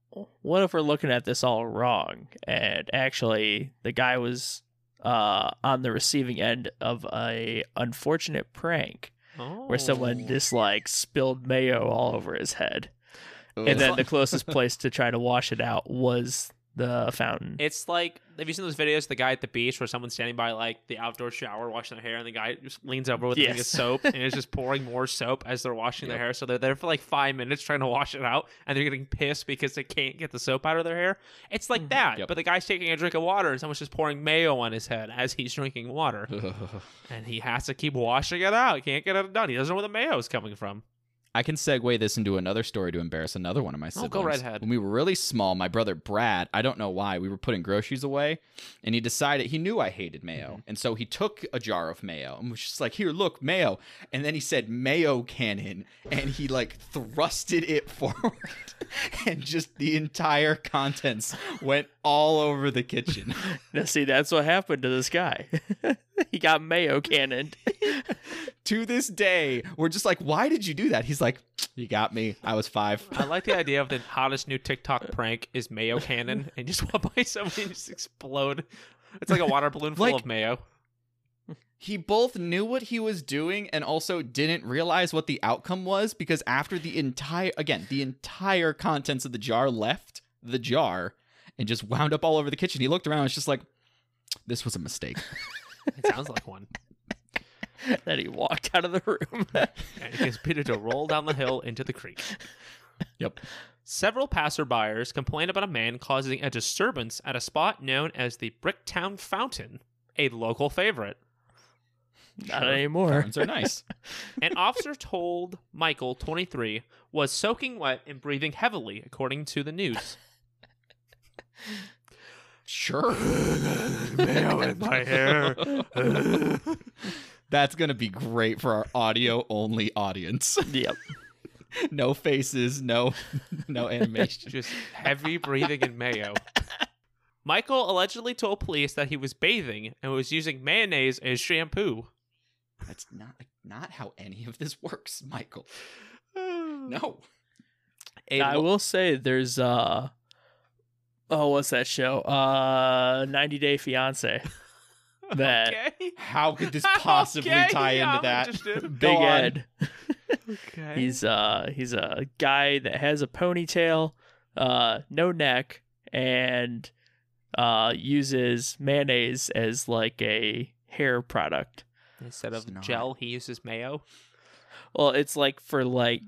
D: what if we're looking at this all wrong? And actually, the guy was uh, on the receiving end of a unfortunate prank
A: Oh.
D: where someone just like spilled mayo all over his head,
B: (laughs)
D: and then the closest place to try to wash it out was the fountain.
A: It's like have you seen those videos? of The guy at the beach where someone's standing by like the outdoor shower washing their hair, and the guy just leans over with a thing of
D: Yes.
A: soap and is just pouring more soap as they're washing their hair. So they're there for like five minutes trying to wash it out, and they're getting pissed because they can't get the soap out of their hair. It's like that,
B: Yep.
A: but the guy's taking a drink of water, and someone's just pouring mayo on his head as he's drinking water,
B: (laughs)
A: and he has to keep washing it out. He can't get it done. He doesn't know where the mayo is coming from.
B: I can segue this into another story to embarrass another one of my siblings.
A: Oh, go right ahead.
B: When we were really small, my brother Brad, I don't know why, we were putting groceries away, and he decided he knew I hated mayo,
A: Mm-hmm.
B: and so he took a jar of mayo and was just like, "Here, look, mayo," and then he said "mayo cannon," and he like thrusted it (laughs) forward, and just the entire contents went all over the kitchen. (laughs)
D: Now, see, that's what happened to this guy. (laughs) he got mayo cannoned. (laughs)
B: to this day, we're just like, "Why did you do that?" He's like, "You got me. I was five.
A: I like the idea of the hottest new TikTok prank is mayo cannon and just walk by somebody and just explode. It's like a water balloon full
B: Like-
A: of mayo.
B: he both knew what he was doing and also didn't realize what the outcome was because after the entire again the entire contents of the jar left the jar and just wound up all over the kitchen he looked around and was just like this was a mistake
A: It sounds like one.
D: then he walked out of the room. (laughs)
A: And it gets Peter to roll down the hill into the creek.
B: yep
A: Several passerbyers complained about a man causing a disturbance at a spot known as the Bricktown Fountain, a local favorite.
D: Not anymore.
B: Fountains are nice
A: An officer told Michael, 23, was soaking wet and breathing heavily, according to the news.
B: sure
A: mayo in my hair.
B: that's gonna be great for our audio only audience (laughs)
D: Yep.
B: no faces no (laughs) no animation
A: (laughs) just heavy breathing in mayo. Michael allegedly told police that he was bathing and was using mayonnaise as (sighs) shampoo.
B: that's not not how any of this works michael no
A: A
D: I
A: lo-
D: will say there's uh oh what's that show? Uh 90 Day Fiance. That
A: okay.
B: How could this
A: Okay,
B: possibly tie
A: yeah, I'm
B: into that?
D: (laughs)
A: interested.
B: Go
D: Big
B: on.
D: Ed.
A: Okay.
D: He's uh he's a guy that has a ponytail, uh no neck and uh uses mayonnaise as like a hair product.
A: Instead of
B: It's not.
A: gel, he uses mayo.
D: Well, it's like for like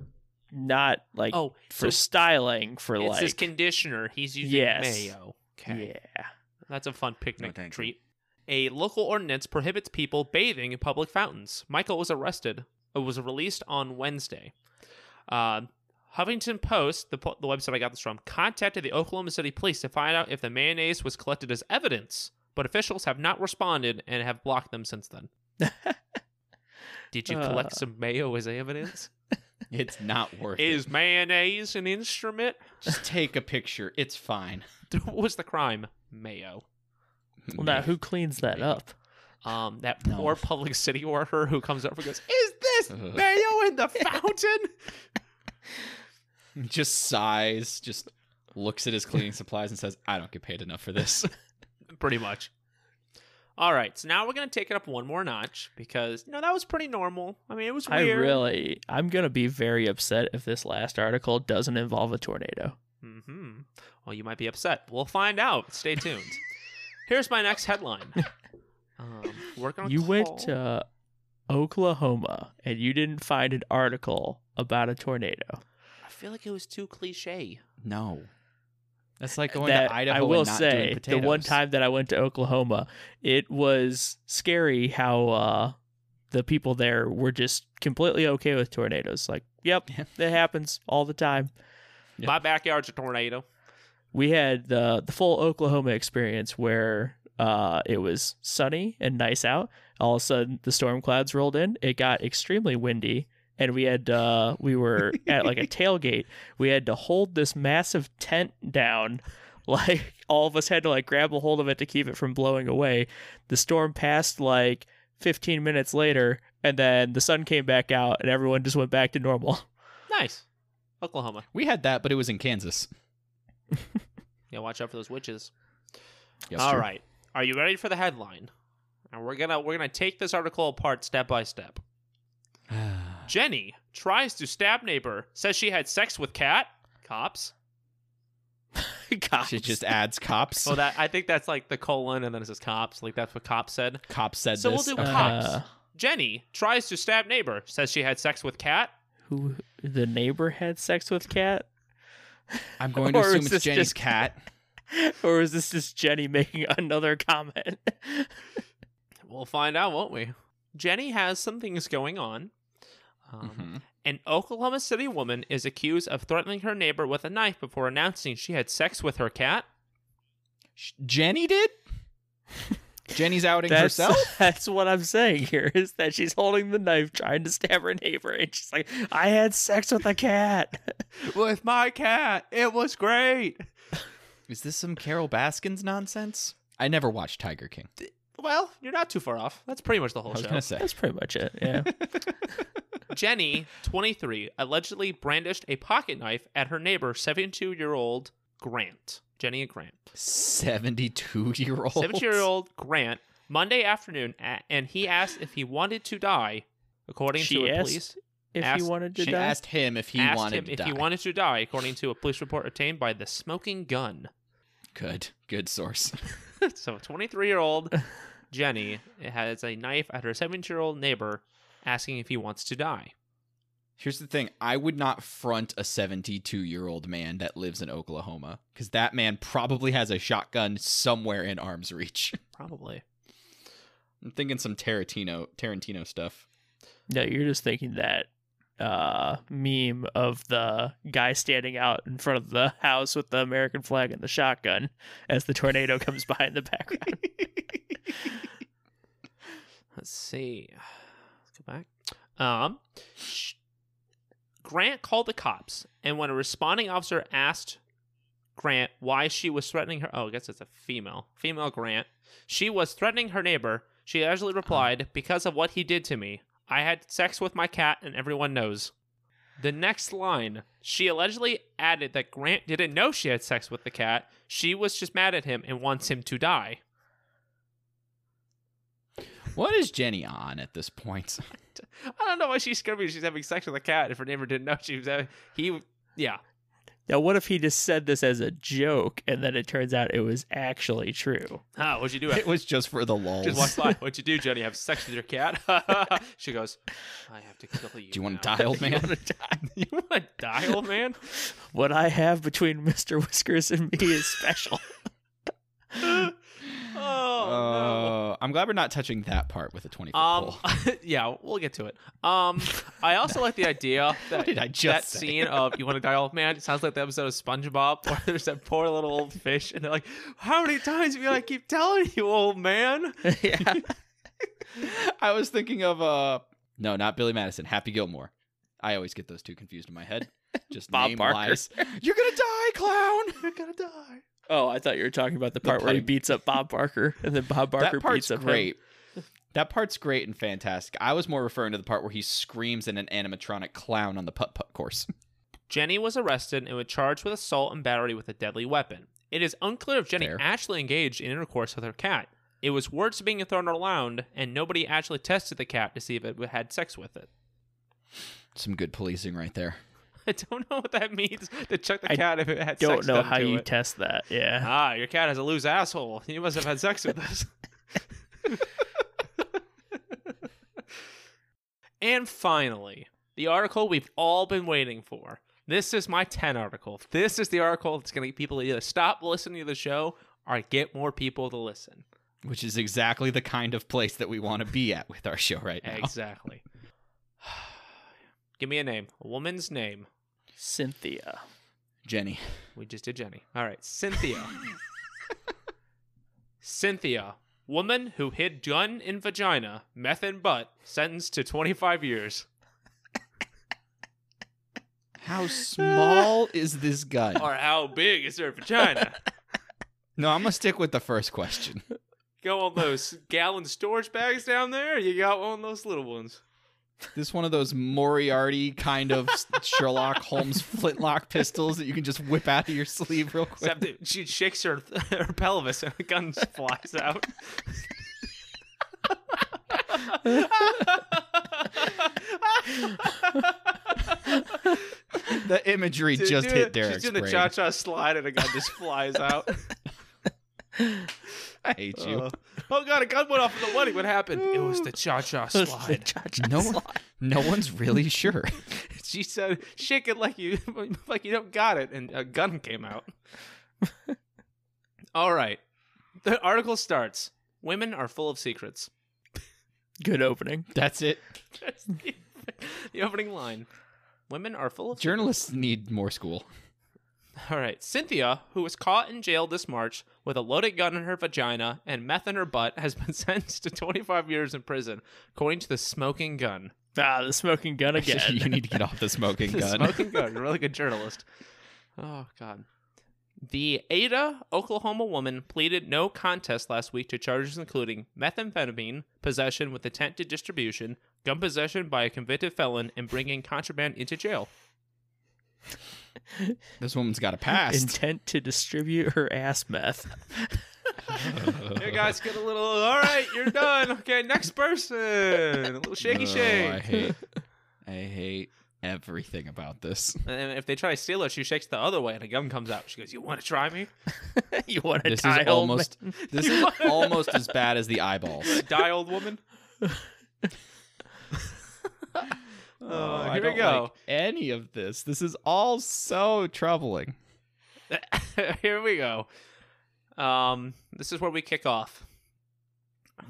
D: not like
A: Oh, so
D: for styling for
A: it's
D: like
A: his conditioner. He's using
D: Yes.
A: mayo. Okay.
D: yeah.
A: That's a fun picnic
B: thank you.
A: treat. A local ordinance prohibits people bathing in public fountains. Michael was arrested. It was released on Wednesday. Uh, Huffington Post, the, po- the website I got this from, contacted the Oklahoma City police to find out if the mayonnaise was collected as evidence, but officials have not responded and have blocked them since
B: (laughs)
A: then. Did you collect
D: Uh.
A: some mayo as evidence?
B: (laughs) It's not worth
A: Is
B: it.
A: mayonnaise an instrument? (laughs)
B: Just take a picture. It's fine.
A: what was the crime? Mayo.
D: Well, now who cleans that up?
A: Um, that
B: No.
A: poor public city worker who comes up and goes, "Is this mayo in the fountain?"
B: just sighs, just looks at his cleaning supplies and says, "I don't get paid enough for
D: (laughs)
B: this."
A: (laughs) Pretty much. All right, so now we're gonna take it up one more notch because you know that was pretty normal. I mean, it was
D: I
A: weird.
D: really, I'm gonna be very upset if this last article doesn't involve a tornado.
A: hmm Well, you might be upset. We'll find out. Stay tuned. Here's my next headline. Um, we're gonna
D: You
A: call-
D: went to Oklahoma and you didn't find an article about a tornado,
A: I feel like it was too cliche.
B: No. That's like going
D: that
B: to Idaho
D: I will
B: and not
D: say
B: doing potatoes.
D: the one time that I went to Oklahoma, it was scary how uh, the people there were just completely okay with tornadoes. Like, yep,
B: (laughs) Yeah.
D: that happens all the time.
B: Yeah.
A: My backyard's a tornado.
D: we had the the full Oklahoma experience where uh, it was sunny and nice out. All of a sudden, the storm clouds rolled in. It got extremely windy, and we had uh, we were at like a tailgate. We had to hold this massive tent down. (laughs) Like all of us had to like grab a hold of it to keep it from blowing away. The storm passed like 15 minutes later, and then the sun came back out, and everyone just went back to normal. (laughs)
A: Nice. Oklahoma.
B: we had that, but it was in Kansas.
A: Yeah, watch out for those witches.
B: Yes,
A: All
B: sir.
A: right. Are you ready for the headline? And we're gonna we're gonna take this article apart step by step. Jenny tries to stab neighbor, says she had sex with cat. Cops.
B: (sighs)
D: Gosh,
B: she just adds cops.
A: Well, that I think that's like the colon, and then it says cops. Like that's what cops said.
B: cops said
A: So we'll
B: this. Uh-huh.
A: do
B: Okay.
A: cops.
D: Uh,
A: Jenny tries to stab neighbor, says she had sex with cat.
D: who the neighbor had sex with cat
B: I'm going to
D: Or
B: assume
D: is
B: it's
D: this
B: Jenny's
D: just-
B: cat.
D: (laughs) or is this just jenny making another comment
A: We'll find out, won't we? Jenny has some things going on. Um,
D: Uh-huh.
B: Mhm.
A: An Oklahoma City woman is accused of threatening her neighbor with a knife before announcing she had sex with her cat.
B: Sh- Jenny
D: (laughs)
B: did. Jenny's outing
D: that's,
B: herself.
D: (laughs) that's what i'm saying here is that she's holding the knife trying to stab her neighbor and she's like i had sex with a cat (laughs)
A: With my cat, it was great.
B: Is this some Carol Baskins nonsense? I never watched Tiger King.
A: Well, you're not too far off. That's pretty much the
B: I
A: whole
B: was
A: show.
B: gonna say.
D: that's pretty much it
B: (laughs)
D: yeah
A: Jenny, 23, allegedly brandished a pocket knife at her neighbor, 72 year old Grant. Jenny and
B: (laughs)
A: Grant.
B: 72 year old.
A: 72 year old Grant, Monday afternoon, a- and he asked if he wanted to die. According
D: She
A: to a
D: asked
A: police,
D: if
A: Asked-
D: you wanted to
B: She
D: die
B: asked him if he
A: asked
B: wanted
A: him
B: to
A: if
B: die.
A: he wanted to die, according to a police report obtained by the smoking
B: (laughs)
A: gun.
B: Good. Good source. (laughs)
A: so, 23 year old Jenny has a knife at her 72 year old neighbor asking if he wants to die.
B: Here's the thing I would not front a 72 year old man that lives in Oklahoma because that man probably has a shotgun somewhere in arm's reach. (laughs)
A: Probably.
B: I'm thinking some Tarantino, Tarantino stuff.
D: no you're just thinking that uh meme of the guy standing out in front of the house with the american flag and the shotgun as the tornado comes by in the background
B: (laughs)
A: Let's see. (sighs) Let's go back. Um, sh- Grant called the cops, and when a responding officer asked Grant why she was threatening her, oh, I guess it's a female, female Grant. She was threatening her neighbor. She actually replied, "Because of what he did to me, I had sex with my cat, and everyone knows." The next line, she allegedly added that Grant didn't know she had sex with the cat. She was just mad at him and wants him to die.
B: What is Jenny on at this point? (laughs)
A: I don't know why she's scurvy. She's having sex with a cat. If her neighbor didn't know she was having, he, yeah,
D: Now, what if he just said this as a joke and then it turns out it was actually true?
A: ah, what'd you do?
B: It was just for the lulz.
A: Just walked by. (laughs) What'd you do, Jenny? Have sex with your cat? (laughs) she goes, I have to kill you.
B: Do you want to
A: now."
B: die, old man?
A: (laughs) you want to die, old
B: (laughs)
A: man?
D: What I have between (laughs) Mr. Whiskers and me is special.
A: oh no.
B: Uh, I'm glad we're not touching that part with a 24
A: Um,
B: pole. (laughs)
A: (laughs) yeah, we'll get to it. Um, I also like the
B: (laughs)
A: idea that (laughs)
B: did I just
A: that
B: say?
A: scene of "You Want to Die, Old Man" it sounds like the episode of SpongeBob (laughs) where there's that poor little old fish, and they're like, "How many times we gotta keep telling you, old man?"
D: (laughs) yeah.
B: (laughs) I was thinking of uh no, not Billy Madison, Happy Gilmore. I always get those two confused in my
D: (laughs)
B: head. Just
D: Bob
B: name
D: Barker.
B: lies. You're gonna die, clown. (laughs) You're gonna die.
D: Oh, I thought you were talking about the part where he
B: putting.
D: beats up Bob Barker and then Bob Barker
B: that part's
D: beats up him.
B: great. That part's great and fantastic. I was more referring to the part where he screams at an animatronic clown on the putt putt course.
A: Jenny was arrested and was charged with assault and battery with a deadly weapon. It is unclear if Jenny
B: Fair.
A: actually engaged in intercourse with her cat. It was words being thrown around, and nobody actually tested the cat to see if it had sex with it. (laughs)
B: Some good policing right there.
A: I don't know what that means to check the
D: I
A: cat if it had
D: Don't
A: sex
D: know
A: done
D: how
A: to
D: you
A: it.
D: test that. Yeah.
A: ah, your cat has a loose asshole. (laughs) You must have had sex with this. (laughs) And finally, the article we've all been waiting for. This is my 10 article. This is the article that's going to get people to either stop listening to the show or get more people to listen.
B: which is exactly the kind of place that we want to be at with our show right now.
A: Exactly. (sighs) Give me a name, a woman's name.
D: Cynthia. (laughs)
B: Jenny.
A: We just did Jenny. All right, (laughs) Cynthia. Cynthia, woman who hid gun in vagina, meth in butt, sentenced to 25 years.
B: How small is this gun?
A: Or how big is her (laughs) vagina?
B: No, I'm gonna stick with the first question.
A: Go on those gallon storage bags down there. Or you got one of those little ones.
B: This one of those Moriarty kind of
A: (laughs)
B: Sherlock Holmes flintlock pistols that you can just whip out of your sleeve real quick.
A: Except that she shakes her, her pelvis and the gun flies out.
B: The
A: (laughs)
B: imagery
A: Dude,
B: just
A: dude,
B: hit Derek's
A: She's doing the
B: brain.
A: cha-cha slide and a gun just
B: (laughs)
A: flies out.
B: I hate you.
A: Uh, oh god, a gun went off in the wedding. What happened? It was the
B: (laughs)
A: cha-cha slide. (laughs)
B: no, one, no one's really sure.
A: she said, "Shake it like you (laughs) like you don't got it," and a gun came out. (laughs) All right, the article starts. Women are full of secrets.
D: Good opening.
B: That's it.
A: (laughs) That's the, (laughs) the opening line. Women are full of
B: Journalists need more school.
A: (laughs)
B: (laughs)
A: All right. Cynthia, who was caught in jail this March with a loaded gun in her vagina and meth in her butt, has been (laughs) sentenced to 25 years in prison, according to the smoking gun.
D: Ah, the smoking gun
B: you
D: again.
B: need to get off the
A: (laughs)
B: smoking
A: The
B: gun.
A: smoking gun. Really good journalist. Oh, God. The Ada, Oklahoma woman pleaded no contest last week to charges including methamphetamine, possession with intent to distribution, gun possession by a convicted felon, and bringing contraband into jail.
B: This woman's got a past.
D: Intent to distribute her ass meth. (laughs)
A: Hey guys, get a little. All right, you're done. Okay, next person. A little (laughs) shaky
B: Oh,
A: shake.
B: I hate. I hate everything about this.
A: And if they try to steal her, she shakes the other way, and a gun comes out. She goes, "You want to try me?
D: you want to
B: This
D: die
B: is
D: old man?
B: almost.
A: (laughs)
B: This is almost as bad as the eyeballs.
A: Die, old woman." (laughs) oh,
B: Oh,
A: here
B: I
A: we
B: don't
A: go.
B: like any of this. This is all so troubling.
A: (laughs) here we go. Um, this is where we kick off.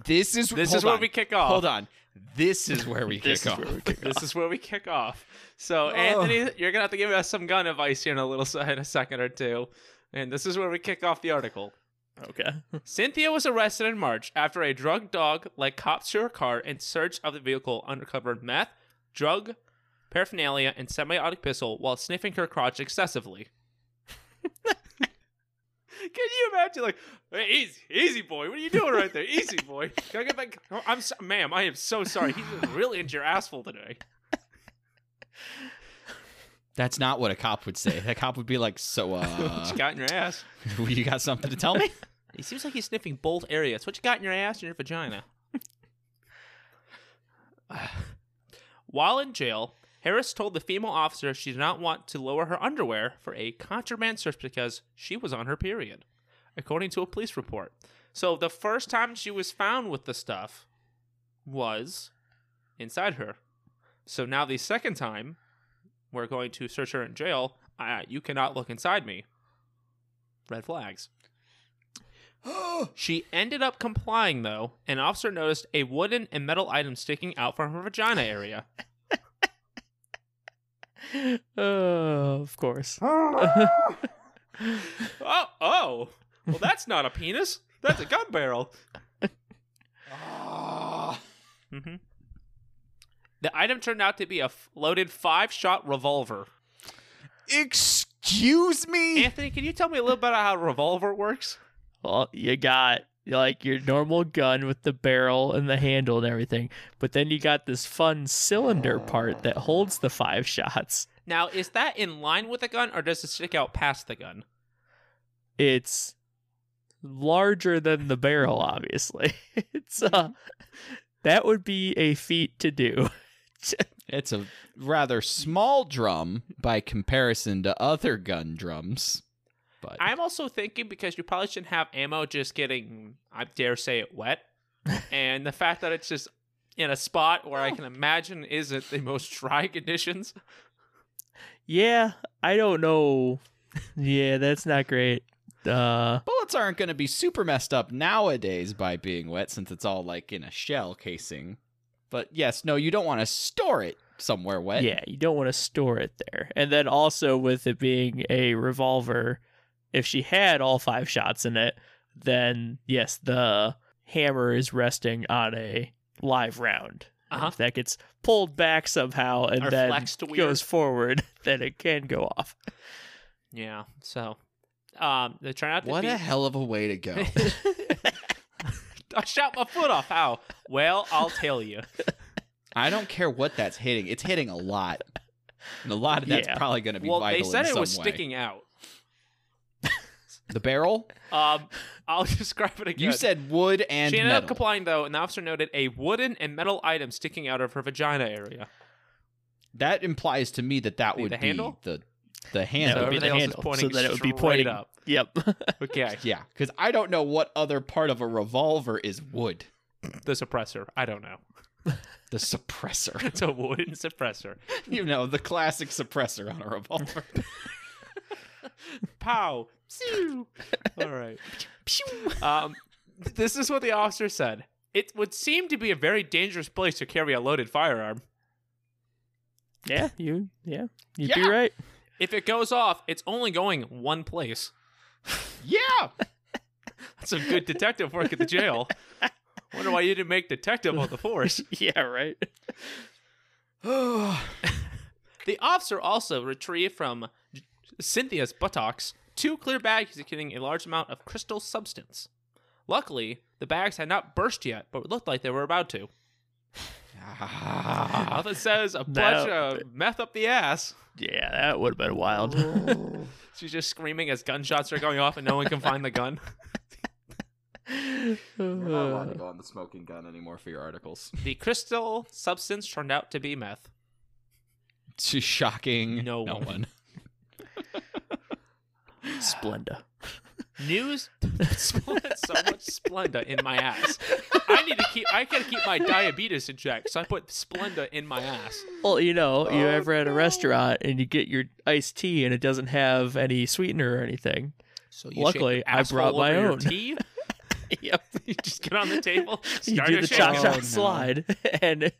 B: This is
A: This
B: hold
A: is where
B: on.
A: we kick off.
B: Hold on. This is where we
D: This
B: kick
D: is
B: off.
D: where we
A: (laughs)
D: kick
A: This is where we kick off.
B: Oh.
A: So, Anthony, you're gonna have to give us some gun advice here in a little (laughs) se- in a second or two. And this is where we kick off the article.
D: off. Okay.
A: Cynthia was arrested in March after a drug dog led cops to her car in search of the vehicle, uncovered meth, drug, paraphernalia, and semiotic pistol while sniffing her crotch excessively. (laughs) Can you imagine, like, "Hey, easy, easy boy, what are you doing right there? Easy boy, can I get back? Oh, I'm, so- ma'am, I am so sorry. He's really into your asshole today.
B: That's not what a cop would say. That cop would be like, "So, uh,
A: What you got in your ass?
B: you got something to tell me?"
A: He seems like he's sniffing both areas. What you got in your ass and your vagina? (sighs) While in jail, Harris told the female officer she did not want to lower her underwear for a contraband search because she was on her period, according to a police report. So the first time she was found with the stuff was inside her. So now the second time we're going to search her in jail, uh, you cannot look inside me. Red flags. She ended up complying though. An officer noticed a wooden and metal item sticking out from her vagina area.
D: (laughs) Uh, of course.
A: oh, oh. Well, that's not a penis. That's a gun barrel.
B: Ah.
A: hmm The item turned out to be a f- loaded five-shot revolver.
B: Excuse me.
A: Anthony, can you tell me a little bit about how a revolver works?
D: Well, you got like your normal gun with the barrel and the handle and everything, but then you got this fun cylinder part that holds the five shots.
A: Now, is that in line with the gun, or does it stick out past the gun?
D: It's larger than the barrel, obviously. (laughs) It's uh, that would be a feat to do. (laughs)
B: It's a rather small drum by comparison to other gun drums, but
A: I'm also thinking because you probably shouldn't have ammo just getting, I dare say it, wet. and the fact that it's just in a spot where I can imagine isn't the most dry (laughs) conditions.
D: Yeah, I don't know. (laughs) Yeah, that's not great. Uh,
B: Bullets aren't going to be super messed up nowadays by being wet since it's all like in a shell casing. But yes, no, you don't want to store it somewhere wet.
D: yeah, you don't want to store it there. And then also with it being a revolver, if she had all five shots in it, then yes, the hammer is resting on a live round. And
A: Uh-huh.
D: If that gets pulled back somehow and
A: Or
D: then
A: flexed weird.
D: goes forward, (laughs) then it can go off.
A: Yeah. So, um, they try not to
E: What
A: be.
E: a hell of a way to go.
A: (laughs) I shot my foot off. How? Well, I'll tell you.
B: I don't care what that's hitting. It's hitting a lot. And a lot of that's
D: Yeah.
B: probably going to be
A: Well,
B: vital
A: they said
B: in
A: it
B: some
A: was
B: way.
A: sticking out.
B: The barrel?
A: Um, I'll (laughs) describe it again.
B: You said wood and
A: she ended
B: metal.
A: up complying, though, and the officer noted a wooden and metal item sticking out of her vagina area.
B: that implies to me that that
A: The-
B: would
A: the
B: be
A: handle?
B: the the
D: That
B: handle.
D: would be the
A: everything else is
D: handle, so
A: pointing
D: that it would be
A: straight
D: pointing
A: up. (laughs)
D: Yep. (laughs)
A: Okay,
B: yeah, because I don't know what other part of a revolver is wood.
A: the suppressor. I don't know. (laughs)
B: The suppressor. (laughs)
A: It's a wooden suppressor.
B: you know, the classic suppressor on
A: (laughs)
B: a revolver.
A: Pow.
D: (laughs)
A: Psew. All right. Um, this is what the officer said. It would seem to be a very dangerous place to carry a loaded firearm.
D: yeah, you. Yeah, you'd be
B: Yeah.
D: right.
A: If it goes off, it's only going one place.
B: yeah.
A: (laughs)
B: (sighs)
A: That's some good detective work at the
D: (laughs)
A: jail. Wonder why you didn't make detective on the force.
D: (laughs) Yeah, right.
A: The officer also retrieved from Cynthia's buttocks two clear bags containing a large amount of crystal substance. Luckily, the bags had not burst yet, but looked like they were about to.
D: Ah.
A: All that
D: (laughs)
A: says a bunch of meth up the ass.
D: Yeah, that would have been wild. (laughs)
A: She's just screaming as gunshots are going off and no one can find the
D: (laughs)
A: gun.
B: You're not allowed to go on the smoking gun anymore for your articles.
A: The crystal substance turned out to be meth.
B: It's just shocking.
A: No
B: no
A: one.
B: one.
D: Splenda.
A: News (laughs) Splen- so much Splenda in my ass. I need to keep I gotta keep my diabetes in check, so I put Splenda in my ass.
D: Well, you know, you
A: Oh,
D: ever at a restaurant and you get your iced tea and it doesn't have any sweetener or anything.
A: So
D: you Luckily,
A: shake your
D: I
A: asshole
D: brought my
A: over your
D: own.
A: tea.
D: (laughs)
A: (laughs)
D: Yep.
A: You just get on the
B: (laughs)
A: table.
D: You
A: Start
D: do
A: your
D: the
A: shake.
D: cha cha
B: Oh, no.
D: slide (laughs) and it,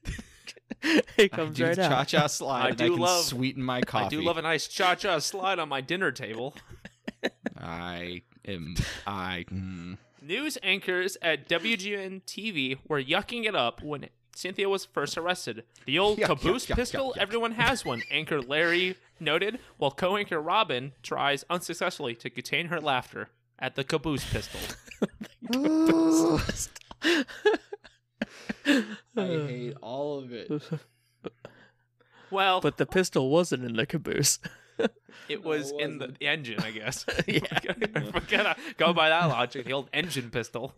D: it comes
B: do
D: right
B: the
D: out.
B: cha-cha slide.
A: I
B: and
A: do
B: I can
A: love-
B: sweeten my coffee.
A: I do love a nice cha cha slide on my dinner table.
B: I
A: (laughs)
B: am. I. mm.
A: News anchors at WGN TV were yucking it up when Cynthia was first arrested. The old
B: Yuck, yuck,
A: caboose
B: yuck,
A: pistol,
B: yuck, yuck.
A: everyone has one, anchor Larry noted, while co anchor Robin tries unsuccessfully to contain her laughter at the caboose
B: (laughs)
A: pistol.
D: (laughs)
B: I
A: Uh.
B: hate all of it.
A: Well,
D: But the pistol wasn't in the caboose.
A: it was
B: No, it
A: in the the engine, I
B: (laughs)
A: guess. (laughs)
D: yeah.
A: if we're gonna go by that logic, the old engine pistol.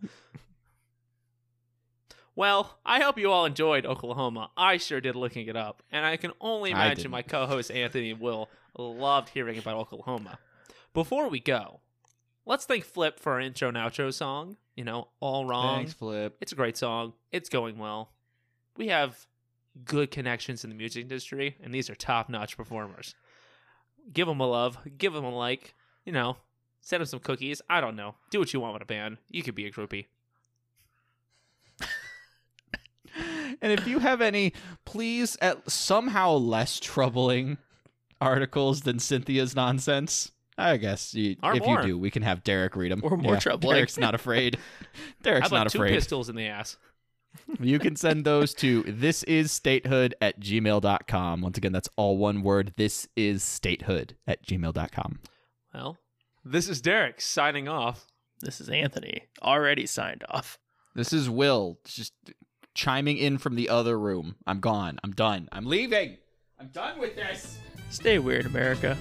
A: Well, I hope you all enjoyed Oklahoma. I sure did looking it up, and I can only
B: I
A: imagine
B: didn't.
A: my co-hosts Anthony and Will loved hearing about Oklahoma. Before we go, let's thank Flip for our intro and outro song. You know, all wrong.
B: Thanks, Flip.
A: It's a great song. It's going well. We have good connections in the music industry, and these are top notch performers. Give them a love. Give them a like. You know, send them some cookies. I don't know. Do what you want with a band. You could be a groupie.
B: And if you have any, please, at somehow less troubling articles than Cynthia's nonsense. I guess you,
A: Or
B: if
A: more.
B: you do, we can have Derek read them.
D: Or more troubling.
A: (laughs)
B: Derek's not afraid. Derek's
A: How about
B: not
A: two
B: afraid.
A: pistols in the ass?
B: You
A: (laughs)
B: can send those to this is statehood at gmail.com. Once again, that's all one word. This is statehood at gmail.com.
A: Well, this is Derek signing off.
D: This is Anthony, already signed off.
B: This is Will just chiming in from the other room. I'm gone. I'm done. I'm leaving. I'm done with this.
D: Stay weird, America.